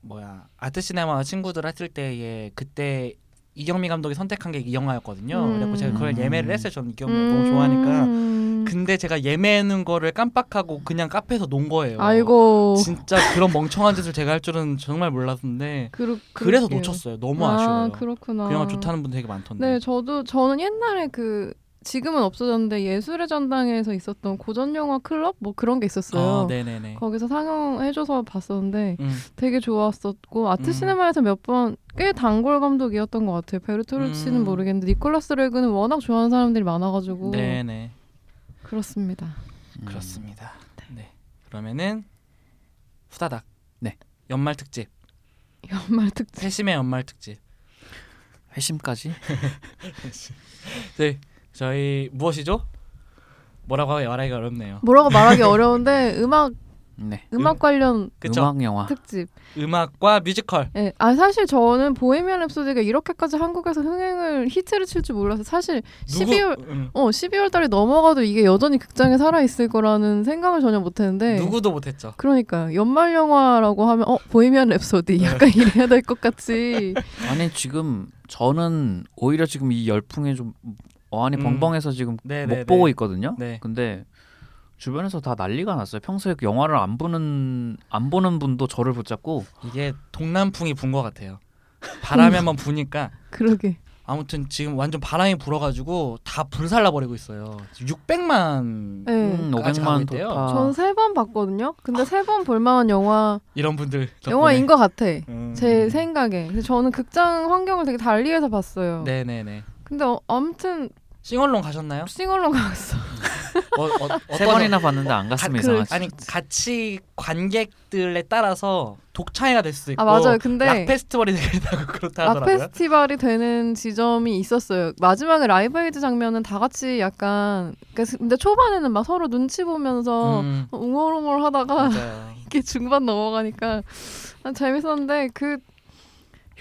[SPEAKER 1] 뭐야 아트 시네마 친구들 했을 때에 그때 이경미 감독이 선택한 게 이 영화였거든요.
[SPEAKER 2] 음.
[SPEAKER 1] 그래서 제가 그걸
[SPEAKER 3] 음.
[SPEAKER 1] 예매를 했어요. 저는 이경미 를 너무 좋아하니까. 뭐 근데 제가 예매하는 거를 깜빡하고 그냥 카페에서 논 거예요.
[SPEAKER 2] 아이고
[SPEAKER 1] 어, 진짜 그런 멍청한 짓을 제가 할 줄은 정말 몰랐는데
[SPEAKER 2] 그러,
[SPEAKER 1] 그래서
[SPEAKER 2] 그러게요.
[SPEAKER 1] 놓쳤어요. 너무
[SPEAKER 2] 아,
[SPEAKER 1] 아쉬워요.
[SPEAKER 2] 그렇구나.
[SPEAKER 1] 그 영화 좋다는 분 되게 많던데.
[SPEAKER 2] 네, 저도 저는 옛날에 그 지금은 없어졌는데 예술의 전당에서 있었던 고전 영화 클럽 뭐 그런 게 있었어요.
[SPEAKER 1] 아, 네네네.
[SPEAKER 2] 거기서 상영해줘서 봤었는데
[SPEAKER 1] 음.
[SPEAKER 2] 되게 좋았었고 아트
[SPEAKER 1] 음.
[SPEAKER 2] 시네마에서 몇 번 꽤 단골 감독이었던 것 같아요. 베르토르치는
[SPEAKER 1] 음.
[SPEAKER 2] 모르겠는데 니콜라스 레그는 워낙 좋아하는 사람들이 많아가지고
[SPEAKER 1] 네네.
[SPEAKER 2] 그렇습니다.
[SPEAKER 3] 음.
[SPEAKER 1] 그렇습니다. 네. 그러면은 후다닥.
[SPEAKER 3] 네.
[SPEAKER 1] 연말 특집.
[SPEAKER 2] 연말 특집.
[SPEAKER 1] 회심의 연말 특집.
[SPEAKER 3] 음. 회심까지?
[SPEAKER 1] 네. 저희 무엇이죠? 뭐라고 말하기 가 어렵네요.
[SPEAKER 2] 뭐라고 말하기 어려운데 음악
[SPEAKER 3] 네.
[SPEAKER 2] 음악 관련
[SPEAKER 1] 그렇죠.
[SPEAKER 3] 음악 영화.
[SPEAKER 2] 특집.
[SPEAKER 1] 음악과 뮤지컬.
[SPEAKER 2] 예, 아 사실 저는 보헤미안 랩소디가 이렇게까지 한국에서 흥행을 히트를 칠 줄 몰라서 사실 12월
[SPEAKER 1] 누구, 음,
[SPEAKER 2] 어 12월 달이 넘어가도 이게 여전히 극장에 살아 있을 거라는 생각을 전혀
[SPEAKER 3] 네.
[SPEAKER 2] 못했는데
[SPEAKER 1] 누구도 못했죠.
[SPEAKER 2] 그러니까 연말 영화라고 하면 어 보헤미안 랩소디 약간
[SPEAKER 1] 네.
[SPEAKER 2] 이래야 될 것 같이
[SPEAKER 3] 아니 지금 저는 오히려 지금 이 열풍에 좀 어안이
[SPEAKER 1] 음.
[SPEAKER 3] 벙벙해서 지금
[SPEAKER 1] 네네네.
[SPEAKER 3] 못 보고 있거든요.
[SPEAKER 1] 네.
[SPEAKER 3] 근데 주변에서 다 난리가 났어요. 평소에 그 영화를 안 보는 안 보는 분도 저를 붙잡고
[SPEAKER 1] 이게 동남풍이 분것 같아요. 바람에 한번 부니까
[SPEAKER 2] 그러게
[SPEAKER 1] 아무튼 지금 완전 바람이 불어가지고 다 불살라 버리고 있어요. 600만
[SPEAKER 2] 예
[SPEAKER 3] 음,
[SPEAKER 1] 까지 가고
[SPEAKER 3] 500만
[SPEAKER 1] 있대요.
[SPEAKER 3] 돌파.
[SPEAKER 2] 저는 세 번 봤거든요 근데 세 번 볼만한 영화
[SPEAKER 1] 이런 분들 덕분에.
[SPEAKER 2] 영화인 것 같아
[SPEAKER 1] 음.
[SPEAKER 2] 제 생각에 그래서 저는 극장 환경을 되게 달리해서 봤어요
[SPEAKER 1] 네네네. 아.
[SPEAKER 2] 근데 어, 아무튼
[SPEAKER 1] 싱얼롱 가셨나요?
[SPEAKER 2] 싱얼롱 갔어
[SPEAKER 1] 어, 어, 어떤-
[SPEAKER 3] 세 번이나 봤는데 안
[SPEAKER 1] 가-
[SPEAKER 3] 갔으면
[SPEAKER 2] 그-
[SPEAKER 3] 이상하지.
[SPEAKER 1] 아니 같이 관객들에 따라서 독창이가 될 수도 있고
[SPEAKER 2] 아 맞아요 근데
[SPEAKER 1] 어, 락 페스티벌이 되겠다고 그렇다
[SPEAKER 2] 락
[SPEAKER 1] 하더라고요.
[SPEAKER 2] 페스티벌이 되는 지점이 있었어요. 마지막에 라이브 에이드 장면은 다 같이 약간 그러니까 근데 초반에는 막 서로 눈치 보면서
[SPEAKER 1] 음,
[SPEAKER 2] 웅얼웅얼 하다가
[SPEAKER 1] 맞아요.
[SPEAKER 2] 이게 중반 넘어가니까 아, 재밌었는데 그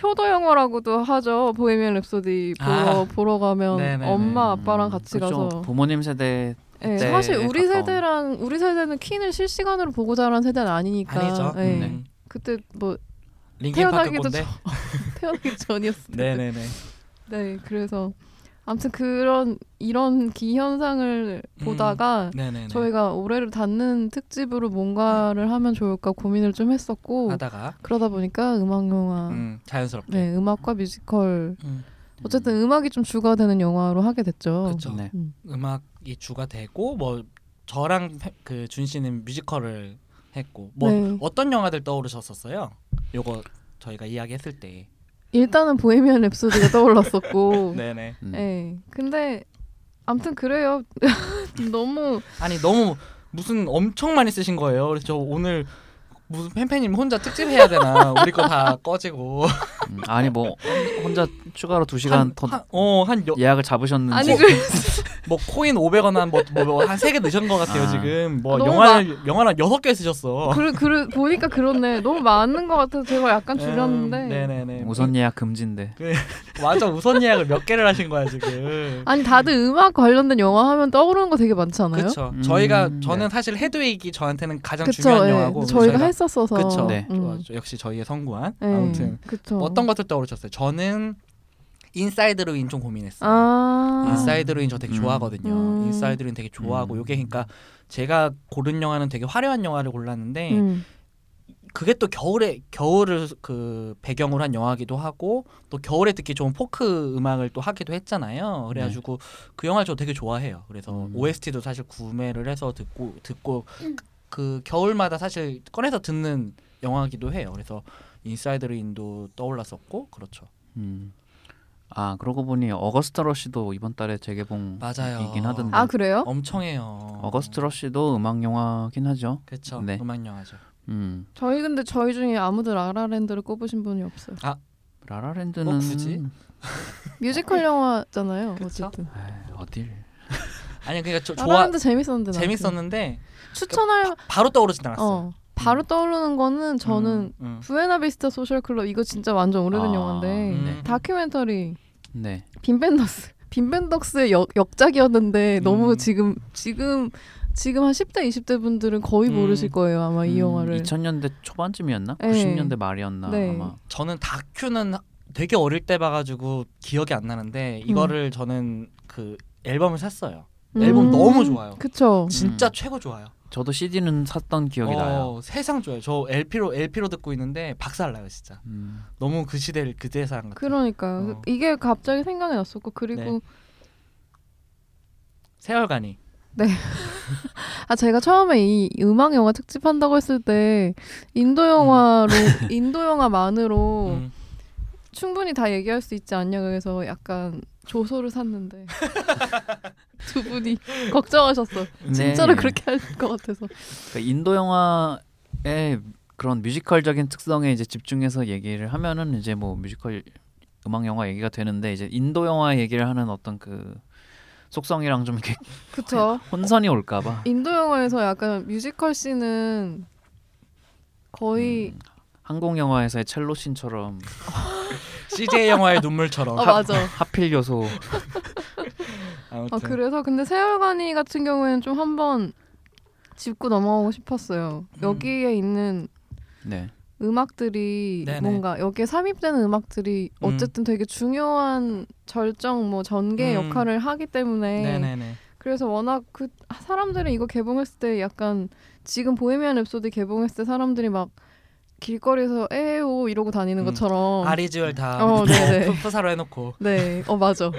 [SPEAKER 2] 효도 영화라고도 하죠. 보헤미안 랩소디 보러,
[SPEAKER 1] 아.
[SPEAKER 2] 보러 가면
[SPEAKER 1] 네네네. 음,
[SPEAKER 2] 엄마 아빠랑 같이
[SPEAKER 3] 그렇죠.
[SPEAKER 2] 가서
[SPEAKER 3] 부모님 세대
[SPEAKER 1] 네,
[SPEAKER 2] 예,
[SPEAKER 3] 그때
[SPEAKER 2] 사실 우리
[SPEAKER 3] 가까운.
[SPEAKER 2] 세대랑 우리 세대는 퀸을 실시간으로 보고 자란 세대는 아니니까
[SPEAKER 1] 아니죠.
[SPEAKER 2] 예.
[SPEAKER 3] 네.
[SPEAKER 1] 음,
[SPEAKER 2] 그때 뭐
[SPEAKER 1] 링킨파크
[SPEAKER 2] 태어나기도
[SPEAKER 1] 건데.
[SPEAKER 2] 태어나기 전이었을 텐데
[SPEAKER 1] 네네네.
[SPEAKER 2] 네, 그래서 아무튼 그런 이런 기현상을
[SPEAKER 1] 음,
[SPEAKER 2] 보다가
[SPEAKER 1] 네네네.
[SPEAKER 2] 저희가 올해를 닫는 특집으로 뭔가를 하면 좋을까 고민을 좀 했었고
[SPEAKER 1] 하다가
[SPEAKER 2] 그러다 보니까 음악 영화,
[SPEAKER 1] 음, 자연스럽게.
[SPEAKER 2] 어. 네, 음악과 뮤지컬
[SPEAKER 1] 음,
[SPEAKER 2] 어쨌든 음악이 좀 주가 되는 영화로 하게 됐죠.
[SPEAKER 1] 그쵸.
[SPEAKER 3] 네.
[SPEAKER 2] 음.
[SPEAKER 1] 그렇죠. 음악이 주가 되고 뭐 저랑 페- 그 준씨는 뮤지컬을 했고 뭐
[SPEAKER 2] 네.
[SPEAKER 1] 어떤 영화들 떠오르셨었어요? 요거 저희가 이야기했을 때.
[SPEAKER 2] 일단은 보헤미안 랩소디가 떠올랐었고, 네.
[SPEAKER 1] 네네.
[SPEAKER 3] 음.
[SPEAKER 2] 근데 아무튼 그래요. 너무
[SPEAKER 1] 아니 너무 무슨 엄청 많이 쓰신 거예요. 그래서 저 오늘 무슨 팬팬님 혼자 특집 해야 되나? 우리 거 다 꺼지고
[SPEAKER 3] 음, 아니 뭐 혼- 혼자 추가로 두 시간 더
[SPEAKER 1] 한어한
[SPEAKER 3] 예약을 잡으셨는지
[SPEAKER 2] 아니 그래서
[SPEAKER 1] 뭐 코인 500원 한뭐뭐한세 개 넣으신 것 같아요
[SPEAKER 3] 아.
[SPEAKER 1] 지금 뭐
[SPEAKER 2] 너무
[SPEAKER 1] 영화를 영화를 여섯 개 쓰셨어.
[SPEAKER 2] 그, 그, 보니까 그렇네. 너무 많은 것 같아서 제가 약간 줄였는데.
[SPEAKER 1] 음, 네네네.
[SPEAKER 3] 우선 예약 금지인데.
[SPEAKER 1] 맞아 우선 예약을 몇 개를 하신 거야 지금.
[SPEAKER 2] 아니 다들 음악 관련된 영화 하면 떠오르는 거 되게 많지 않아요?
[SPEAKER 1] 그렇죠.
[SPEAKER 3] 음,
[SPEAKER 1] 저희가
[SPEAKER 3] 네.
[SPEAKER 1] 저는 사실 헤드윅이 저한테는 가장
[SPEAKER 2] 그쵸,
[SPEAKER 1] 중요한
[SPEAKER 2] 예.
[SPEAKER 1] 영화고
[SPEAKER 2] 저희가 했었어서.
[SPEAKER 1] 그쵸.
[SPEAKER 3] 네.
[SPEAKER 2] 음.
[SPEAKER 1] 어, 역시 저희의 성구한.
[SPEAKER 2] 예,
[SPEAKER 1] 아무튼 뭐
[SPEAKER 2] 그쵸.
[SPEAKER 1] 어떤 것들 떠오르셨어요? 저는 인사이드로인 좀 고민했어요.
[SPEAKER 2] 아
[SPEAKER 1] 인사이드로인 저 되게
[SPEAKER 3] 음.
[SPEAKER 1] 좋아하거든요.
[SPEAKER 2] 음.
[SPEAKER 1] 인사이드로인 되게 좋아하고
[SPEAKER 3] 음.
[SPEAKER 1] 요게 그러니까 제가 고른 영화는 되게 화려한 영화를 골랐는데
[SPEAKER 2] 음.
[SPEAKER 1] 그게 또 겨울에 겨울을 그 배경으로 한 영화기도 하고 또 겨울에 듣기 좋은 포크 음악을 또 하기도 했잖아요. 그래가지고 그 영화를 저 되게 좋아해요. 그래서
[SPEAKER 3] 네. 음.
[SPEAKER 1] OST도 사실 구매를 해서 듣고 듣고
[SPEAKER 2] 음.
[SPEAKER 1] 그 겨울마다 사실 꺼내서 듣는 영화기도 해요. 그래서 인사이드로인도 떠올랐었고 그렇죠.
[SPEAKER 3] 음. 아 그러고 보니 어거스트 러쉬도 이번 달에 재개봉
[SPEAKER 1] 맞아요.
[SPEAKER 3] 음, 이긴 하던데.
[SPEAKER 2] 아 그래요?
[SPEAKER 1] 엄청해요.
[SPEAKER 3] 어거스트 러쉬도 음악 영화긴 하죠.
[SPEAKER 1] 그렇죠.
[SPEAKER 3] 네.
[SPEAKER 1] 음악 영화죠.
[SPEAKER 3] 음.
[SPEAKER 2] 저희 근데 저희 중에 아무도 라라랜드를 꼽으신 분이 없어요.
[SPEAKER 3] 라라랜드는
[SPEAKER 1] 뭐 굳이?
[SPEAKER 2] 뮤지컬 영화잖아요.
[SPEAKER 1] 그쵸?
[SPEAKER 2] 어쨌든
[SPEAKER 3] 에이, 어딜?
[SPEAKER 1] 아니 그러니까 저, 좋아
[SPEAKER 2] 라라랜드 재밌었는데 나는.
[SPEAKER 1] 재밌었는데 아,
[SPEAKER 2] 추천할
[SPEAKER 1] 바로 떠오르진 않았어요.
[SPEAKER 2] 어 바로 떠오르는 거는 저는
[SPEAKER 1] 음, 음.
[SPEAKER 2] 부에나비스타 소셜 클럽 이거 진짜 완전 오래된
[SPEAKER 3] 아,
[SPEAKER 2] 영화인데
[SPEAKER 1] 음.
[SPEAKER 2] 다큐멘터리
[SPEAKER 3] 네.
[SPEAKER 2] 빈벤더스 빈벤덕스의 역, 역작이었는데 너무
[SPEAKER 1] 음.
[SPEAKER 2] 지금 지금 지금 한 10대 20대 분들은 거의
[SPEAKER 1] 음.
[SPEAKER 2] 모르실 거예요 아마 이 영화를
[SPEAKER 3] 2000년대 음, 초반쯤이었나?
[SPEAKER 2] 네.
[SPEAKER 3] 90년대 말이었나
[SPEAKER 2] 네.
[SPEAKER 3] 아마.
[SPEAKER 1] 저는 다큐는 되게 어릴 때 봐가지고 기억이 안 나는데 이거를 저는 그 앨범을 샀어요. 앨범
[SPEAKER 2] 음,
[SPEAKER 1] 너무 좋아요.
[SPEAKER 2] 그쵸.
[SPEAKER 1] 진짜
[SPEAKER 3] 음.
[SPEAKER 1] 최고 좋아요.
[SPEAKER 3] 저도 CD는 샀던 기억이
[SPEAKER 1] 어,
[SPEAKER 3] 나요.
[SPEAKER 1] 세상 좋아요. 저 LP로 LP로 듣고 있는데 박살나요 진짜.
[SPEAKER 3] 음.
[SPEAKER 1] 너무 그 시대를 그때 사랑 같아.
[SPEAKER 2] 그러니까요.
[SPEAKER 1] 어. 네.
[SPEAKER 2] 이게 갑자기 생각이 났었고 그리고
[SPEAKER 1] 세월간이.
[SPEAKER 2] 아 제가 처음에 이 음악 영화 특집 한다고 했을 때 인도 영화로 인도 영화만으로
[SPEAKER 1] 음.
[SPEAKER 2] 충분히 다 얘기할 수 있지 않냐 그래서 약간 조소를 샀는데 두 분이 걱정하셨어. 진짜로
[SPEAKER 3] 네.
[SPEAKER 2] 그렇게 할 것 같아서.
[SPEAKER 3] 그러니까 인도 영화의 그런 뮤지컬적인 특성에 이제 집중해서 얘기를 하면은 이제 뭐 뮤지컬 음악 영화 얘기가 되는데 이제 인도 영화 얘기를 하는 어떤 그 속성이랑 좀 이렇게
[SPEAKER 2] 그쵸.
[SPEAKER 3] 혼선이 올까봐
[SPEAKER 2] 네. 인도 영화에서 약간 뮤지컬 씬은 거의
[SPEAKER 3] 음, 한국 영화에서의 첼로 씬처럼
[SPEAKER 1] CJ 영화의 눈물처럼.
[SPEAKER 2] 아 맞아.
[SPEAKER 3] 하필 요소
[SPEAKER 1] 아무튼
[SPEAKER 2] 아 그래서 근데 세월간이 같은 경우에는 좀 한번 짚고 넘어가고 싶었어요.
[SPEAKER 1] 음.
[SPEAKER 2] 여기에 있는
[SPEAKER 3] 네
[SPEAKER 2] 음악들이
[SPEAKER 1] 네네.
[SPEAKER 2] 뭔가 여기에 삽입되는 음악들이
[SPEAKER 1] 음.
[SPEAKER 2] 어쨌든 되게 중요한 절정 뭐 전개
[SPEAKER 1] 음.
[SPEAKER 2] 역할을 하기 때문에
[SPEAKER 1] 네네네.
[SPEAKER 2] 그래서 워낙 그 사람들은 이거 개봉했을 때 약간 지금 보헤미안 랩소디 개봉했을 때 사람들이 막 길거리에서 에오 이러고 다니는
[SPEAKER 1] 음.
[SPEAKER 2] 것처럼
[SPEAKER 1] 아리지얼 다
[SPEAKER 2] 어, 네네.
[SPEAKER 1] 프사로 해놓고.
[SPEAKER 2] 네, 어 맞아.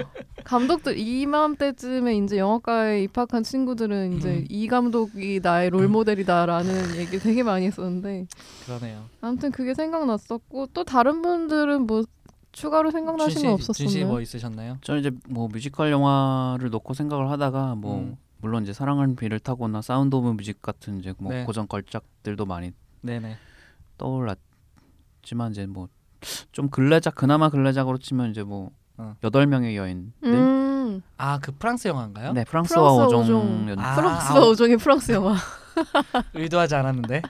[SPEAKER 2] 감독들 이맘때쯤에 이제 영화과에 입학한 친구들은 이제
[SPEAKER 1] 음.
[SPEAKER 2] 이 감독이 나의 롤 모델이다라는 얘기 되게 많이 했었는데
[SPEAKER 1] 그러네요.
[SPEAKER 2] 아무튼 그게 생각났었고 또 다른 분들은 뭐 추가로 생각나신 거
[SPEAKER 1] 준씨
[SPEAKER 2] 없었었나요?
[SPEAKER 1] 뭐 있으셨나요?
[SPEAKER 3] 저는 이제 뭐 뮤지컬 영화를 놓고 생각을 하다가 뭐
[SPEAKER 1] 음.
[SPEAKER 3] 물론 이제 사랑하는 비를 타거나 사운드 오브 뮤직 같은 이제 뭐
[SPEAKER 1] 네.
[SPEAKER 3] 고전 걸작들도 많이
[SPEAKER 1] 네네.
[SPEAKER 3] 떠올랐지만 이제 뭐 좀 근래작 그나마 근래작으로 치면 이제 뭐
[SPEAKER 1] 어.
[SPEAKER 3] 여덟 명의 여인 들
[SPEAKER 2] 음,
[SPEAKER 1] 아 그 프랑스 영화인가요?
[SPEAKER 3] 네 프랑스와
[SPEAKER 2] 프랑스와
[SPEAKER 3] 오종,
[SPEAKER 2] 오종.
[SPEAKER 3] 연
[SPEAKER 1] 아,
[SPEAKER 2] 프랑스와
[SPEAKER 1] 아우.
[SPEAKER 2] 오종의 프랑스 영화.
[SPEAKER 1] 의도하지 않았는데.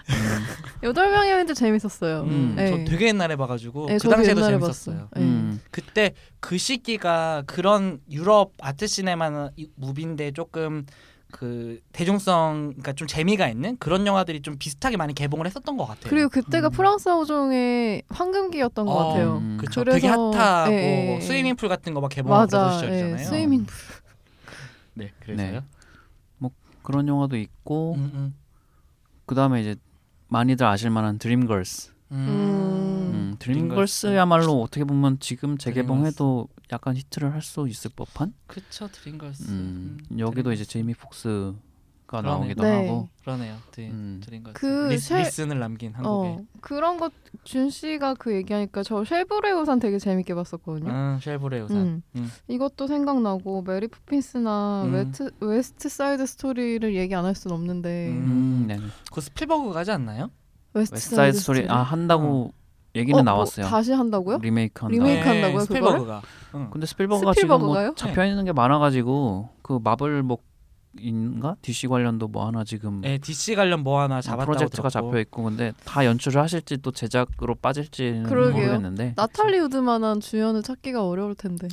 [SPEAKER 2] 여덟 명의 여인들 재밌었어요.
[SPEAKER 1] 음,
[SPEAKER 2] 네.
[SPEAKER 1] 저 되게 옛날에 봐가지고
[SPEAKER 2] 네,
[SPEAKER 1] 그
[SPEAKER 2] 저도
[SPEAKER 1] 당시에도
[SPEAKER 2] 옛날에
[SPEAKER 1] 재밌었어요.
[SPEAKER 2] 봤어요. 네.
[SPEAKER 3] 음.
[SPEAKER 1] 그때 그 시기가 그런 유럽 아트 시네마 무비인데 조금 그 대중성 그러니까 좀 재미가 있는 그런 영화들이 좀 비슷하게 많이 개봉을 했었던 것 같아요.
[SPEAKER 2] 그리고 그때가
[SPEAKER 1] 음.
[SPEAKER 2] 프랑스 호종의 황금기였던 것
[SPEAKER 1] 어,
[SPEAKER 2] 같아요.
[SPEAKER 3] 음.
[SPEAKER 1] 그쵸.
[SPEAKER 2] 그래서-
[SPEAKER 1] 되게 핫하고
[SPEAKER 2] 예, 예.
[SPEAKER 1] 스위밍풀 같은 거 막 개봉하고 그런 네,
[SPEAKER 2] 맞아,
[SPEAKER 1] 뭐 시절이잖아요.
[SPEAKER 2] 예, 스위밍 풀.
[SPEAKER 1] 네, 그래서요.
[SPEAKER 3] 그런 영화도 있고
[SPEAKER 1] 음, 음.
[SPEAKER 3] 그 다음에 이제 많이들 아실 만한 드림걸스
[SPEAKER 2] 음.
[SPEAKER 1] 음.
[SPEAKER 3] 음,
[SPEAKER 1] 드림걸스.
[SPEAKER 3] 드림걸스야말로 어떻게 보면 지금 재개봉해도 약간 히트를 할 수 있을 법한
[SPEAKER 1] 그쵸 드림걸스.
[SPEAKER 3] 음, 여기도 이제 제이미 폭스가 나오기도
[SPEAKER 2] 네.
[SPEAKER 3] 하고
[SPEAKER 1] 그러네요. 드림,
[SPEAKER 3] 음.
[SPEAKER 1] 드림걸스.
[SPEAKER 2] 그
[SPEAKER 1] 리,
[SPEAKER 2] 쉘-
[SPEAKER 1] 리슨을 남긴 한국에.
[SPEAKER 2] 어, 그런 것 준 씨가 그 얘기하니까 저 쉘브레 우산 되게 재밌게 봤었거든요.
[SPEAKER 1] 아, 쉘브레 우산.
[SPEAKER 2] 음.
[SPEAKER 1] 음.
[SPEAKER 2] 이것도 생각나고 메리 푸핀스나
[SPEAKER 1] 음.
[SPEAKER 2] 웨트, 웨스트 사이드 스토리를 얘기 안 할 순 없는데
[SPEAKER 1] 음.
[SPEAKER 3] 음, 네.
[SPEAKER 1] 그 스필버그 가지 않나요?
[SPEAKER 2] 웨스트
[SPEAKER 3] 웨스트사이드
[SPEAKER 2] 사이드
[SPEAKER 3] 스토리 아 한다고
[SPEAKER 2] 어,
[SPEAKER 3] 얘기는
[SPEAKER 2] 뭐
[SPEAKER 3] 나왔어요
[SPEAKER 2] 다시 한다고요?
[SPEAKER 3] 리메이크 한다
[SPEAKER 2] 리메이크 한다고요,
[SPEAKER 1] 네, 스필버그가. 응.
[SPEAKER 3] 근데 스필버그가, 지금
[SPEAKER 2] 스필버그가요? 네.
[SPEAKER 3] 뭐 잡혀 있는 게 많아가지고 그 마블 뭐 인가 DC 관련도 뭐 하나 지금
[SPEAKER 2] 네,
[SPEAKER 1] 예, DC 관련 뭐 하나 잡았다고
[SPEAKER 3] 음, 프로젝트가
[SPEAKER 1] 들었고.
[SPEAKER 3] 잡혀 있고 근데 다 연출을 하실지 또 제작으로 빠질지는
[SPEAKER 2] 그러게요.
[SPEAKER 3] 모르겠는데
[SPEAKER 2] 나탈리 우드만한 주연을 찾기가 어려울 텐데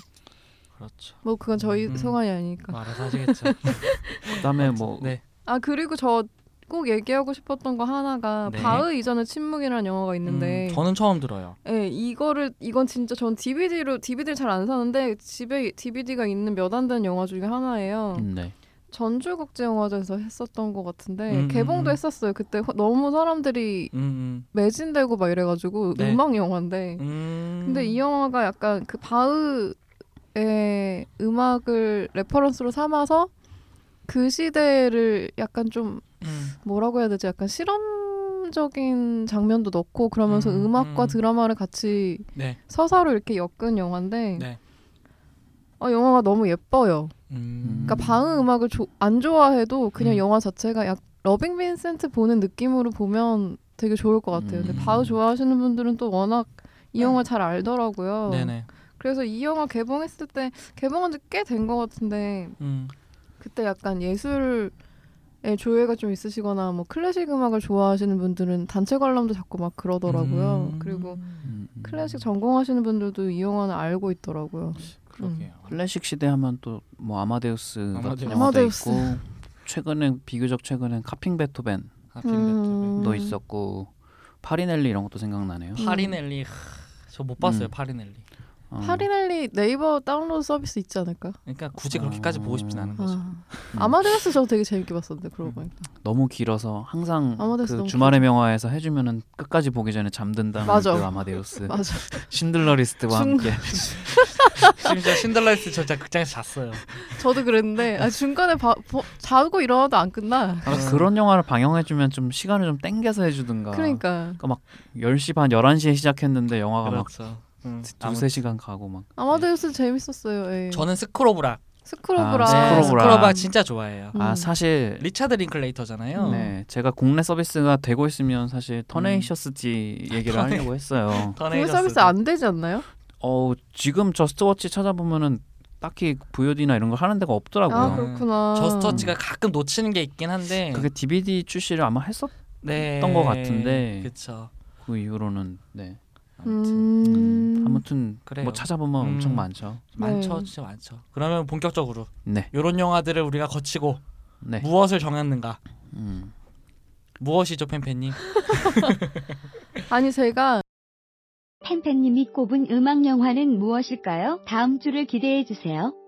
[SPEAKER 1] 그렇죠.
[SPEAKER 2] 뭐 그건 저희
[SPEAKER 1] 음.
[SPEAKER 2] 소관이 아니니까.
[SPEAKER 1] 알아서 하시겠죠.
[SPEAKER 3] 그다음에 뭐
[SPEAKER 1] 네.
[SPEAKER 2] 아 그리고 저 꼭 얘기하고 싶었던 거 하나가
[SPEAKER 1] 네.
[SPEAKER 2] 바흐 이전의 침묵이라는 영화가 있는데
[SPEAKER 1] 음, 저는 처음 들어요.
[SPEAKER 2] 예, 이거를 이건 진짜 전 DVD로 DVD를 잘 안 사는데 집에 DVD가 있는 몇 안 되는 영화 중에 하나예요.
[SPEAKER 3] 음, 네.
[SPEAKER 2] 전주국제영화제에서 했었던 것 같은데
[SPEAKER 1] 음, 음,
[SPEAKER 2] 개봉도
[SPEAKER 1] 음.
[SPEAKER 2] 했었어요. 그때 허- 너무 사람들이
[SPEAKER 1] 음.
[SPEAKER 2] 매진되고 막 이래가지고
[SPEAKER 1] 네.
[SPEAKER 2] 음악 영화인데
[SPEAKER 1] 음. 음.
[SPEAKER 2] 근데 이 영화가 약간 그 바흐의 음악을 레퍼런스로 삼아서 그 시대를 약간 좀
[SPEAKER 1] 음.
[SPEAKER 2] 뭐라고 해야 되지 약간 실험적인 장면도 넣고 그러면서
[SPEAKER 1] 음,
[SPEAKER 2] 음, 악과
[SPEAKER 1] 음.
[SPEAKER 2] 드라마를 같이
[SPEAKER 1] 네.
[SPEAKER 2] 서사로 이렇게 엮은 영화인데
[SPEAKER 1] 네.
[SPEAKER 2] 어, 영화가 너무 예뻐요.
[SPEAKER 1] 음.
[SPEAKER 2] 그러니까 방음 음악을 조- 안 좋아해도 그냥
[SPEAKER 1] 음.
[SPEAKER 2] 영화 자체가 약 러빙 빈센트 보는 느낌으로 보면 되게 좋을 것 같아요. 근데
[SPEAKER 3] 음.
[SPEAKER 2] 바흐 좋아하시는 분들은 또 워낙 이 영화 잘 알더라고요.
[SPEAKER 1] 네. 네네.
[SPEAKER 2] 그래서 이 영화 개봉했을 때 개봉한 지 꽤 된 것 같은데
[SPEAKER 1] 음.
[SPEAKER 2] 그때 약간 예술에 조예가 좀 있으시거나 뭐 클래식 음악을 좋아하시는 분들은 단체 관람도 자꾸 막 그러더라고요.
[SPEAKER 1] 음.
[SPEAKER 2] 그리고
[SPEAKER 3] 음, 음.
[SPEAKER 2] 클래식 전공하시는 분들도 이 영화는 알고 있더라고요.
[SPEAKER 1] 그러게요.
[SPEAKER 2] 음.
[SPEAKER 3] 클래식 시대 하면 또 뭐 아마데우스 같은
[SPEAKER 1] 아마데우스.
[SPEAKER 3] 영화도
[SPEAKER 2] 아마데우스.
[SPEAKER 3] 있고 최근에 비교적 최근엔 카핑 베토벤도
[SPEAKER 1] 하필 음.
[SPEAKER 2] 음.
[SPEAKER 3] 있었고 파리넬리 이런 것도 생각나네요.
[SPEAKER 1] 파리넬리 저 못 봤어요
[SPEAKER 3] 음.
[SPEAKER 1] 파리넬리.
[SPEAKER 3] 어.
[SPEAKER 2] 파리넬리 네이버 다운로드 서비스 있지 않을까?
[SPEAKER 1] 그러니까 굳이 그렇게까지
[SPEAKER 3] 어.
[SPEAKER 1] 보고 싶진 않은 거죠.
[SPEAKER 2] 아,
[SPEAKER 3] 음.
[SPEAKER 2] 아마데우스 저도 되게 재밌게 봤었는데
[SPEAKER 1] 음.
[SPEAKER 2] 그러고 보니까
[SPEAKER 3] 너무 길어서 항상
[SPEAKER 2] 아마데우스
[SPEAKER 3] 그
[SPEAKER 2] 너무
[SPEAKER 3] 주말의 명화에서 해주면은 끝까지 보기 전에 잠든다는
[SPEAKER 2] 맞아.
[SPEAKER 3] 그 아마데우스
[SPEAKER 2] 맞아.
[SPEAKER 3] 신들러 리스트와
[SPEAKER 2] 순-
[SPEAKER 3] 함께
[SPEAKER 1] 심지어 신들라이스 진짜 극장에서 잤어요.
[SPEAKER 2] 저도 그랬는데 아, 중간에 봐- 보- 자고 일어나도 안 끝나.
[SPEAKER 3] 아, 그런 영화를 방영해주면 좀 시간을 좀 땡겨서 해주든가
[SPEAKER 2] 음. 그러니까
[SPEAKER 3] 10시 반 11시에 시작했는데 영화가 아, 막
[SPEAKER 1] 그렇죠. 음, 아무-
[SPEAKER 3] 두세 시간 가고 막
[SPEAKER 2] 아마데우스 재밌었어요. 예.
[SPEAKER 1] 저는 스크로브락.
[SPEAKER 2] 스크로브라.
[SPEAKER 3] 아,
[SPEAKER 1] 네,
[SPEAKER 3] 스크로브락.
[SPEAKER 1] 스크로브락 진짜 좋아해요.
[SPEAKER 2] 음.
[SPEAKER 3] 아 사실
[SPEAKER 1] 리차드 링클레이터잖아요.
[SPEAKER 3] 네 제가 국내 서비스가 되고 있으면 사실
[SPEAKER 2] 음.
[SPEAKER 3] 터네이셔스티 얘기를
[SPEAKER 1] 터네-
[SPEAKER 3] 하려고 했어요.
[SPEAKER 2] 국내
[SPEAKER 1] 더네이저스.
[SPEAKER 2] 서비스 안 되지 않나요?
[SPEAKER 3] 어 지금 저스트워치 찾아보면은 딱히 VOD나 이런 걸 하는 데가 없더라고요.
[SPEAKER 2] 아 그렇구나.
[SPEAKER 1] 저스터치가 가끔 놓치는 게 있긴 한데
[SPEAKER 3] 음. 그게 DVD 출시를 아마 했었던
[SPEAKER 1] 네.
[SPEAKER 3] 것 같은데 그,
[SPEAKER 1] 그렇죠.
[SPEAKER 3] 이후로는 네
[SPEAKER 2] 음.
[SPEAKER 3] 아무튼
[SPEAKER 1] 그래요.
[SPEAKER 3] 뭐 찾아보면
[SPEAKER 1] 음.
[SPEAKER 3] 엄청 많죠.
[SPEAKER 1] 많죠,
[SPEAKER 2] 네.
[SPEAKER 1] 진짜 많죠. 그러면 본격적으로
[SPEAKER 3] 네,
[SPEAKER 1] 이런 영화들을 우리가 거치고
[SPEAKER 3] 네.
[SPEAKER 1] 무엇을 정했는가?
[SPEAKER 3] 음.
[SPEAKER 1] 무엇이죠, 팬팬님?
[SPEAKER 2] 아니 제가
[SPEAKER 4] 팬팬님이 꼽은 음악 영화는 무엇일까요? 다음 주를 기대해 주세요.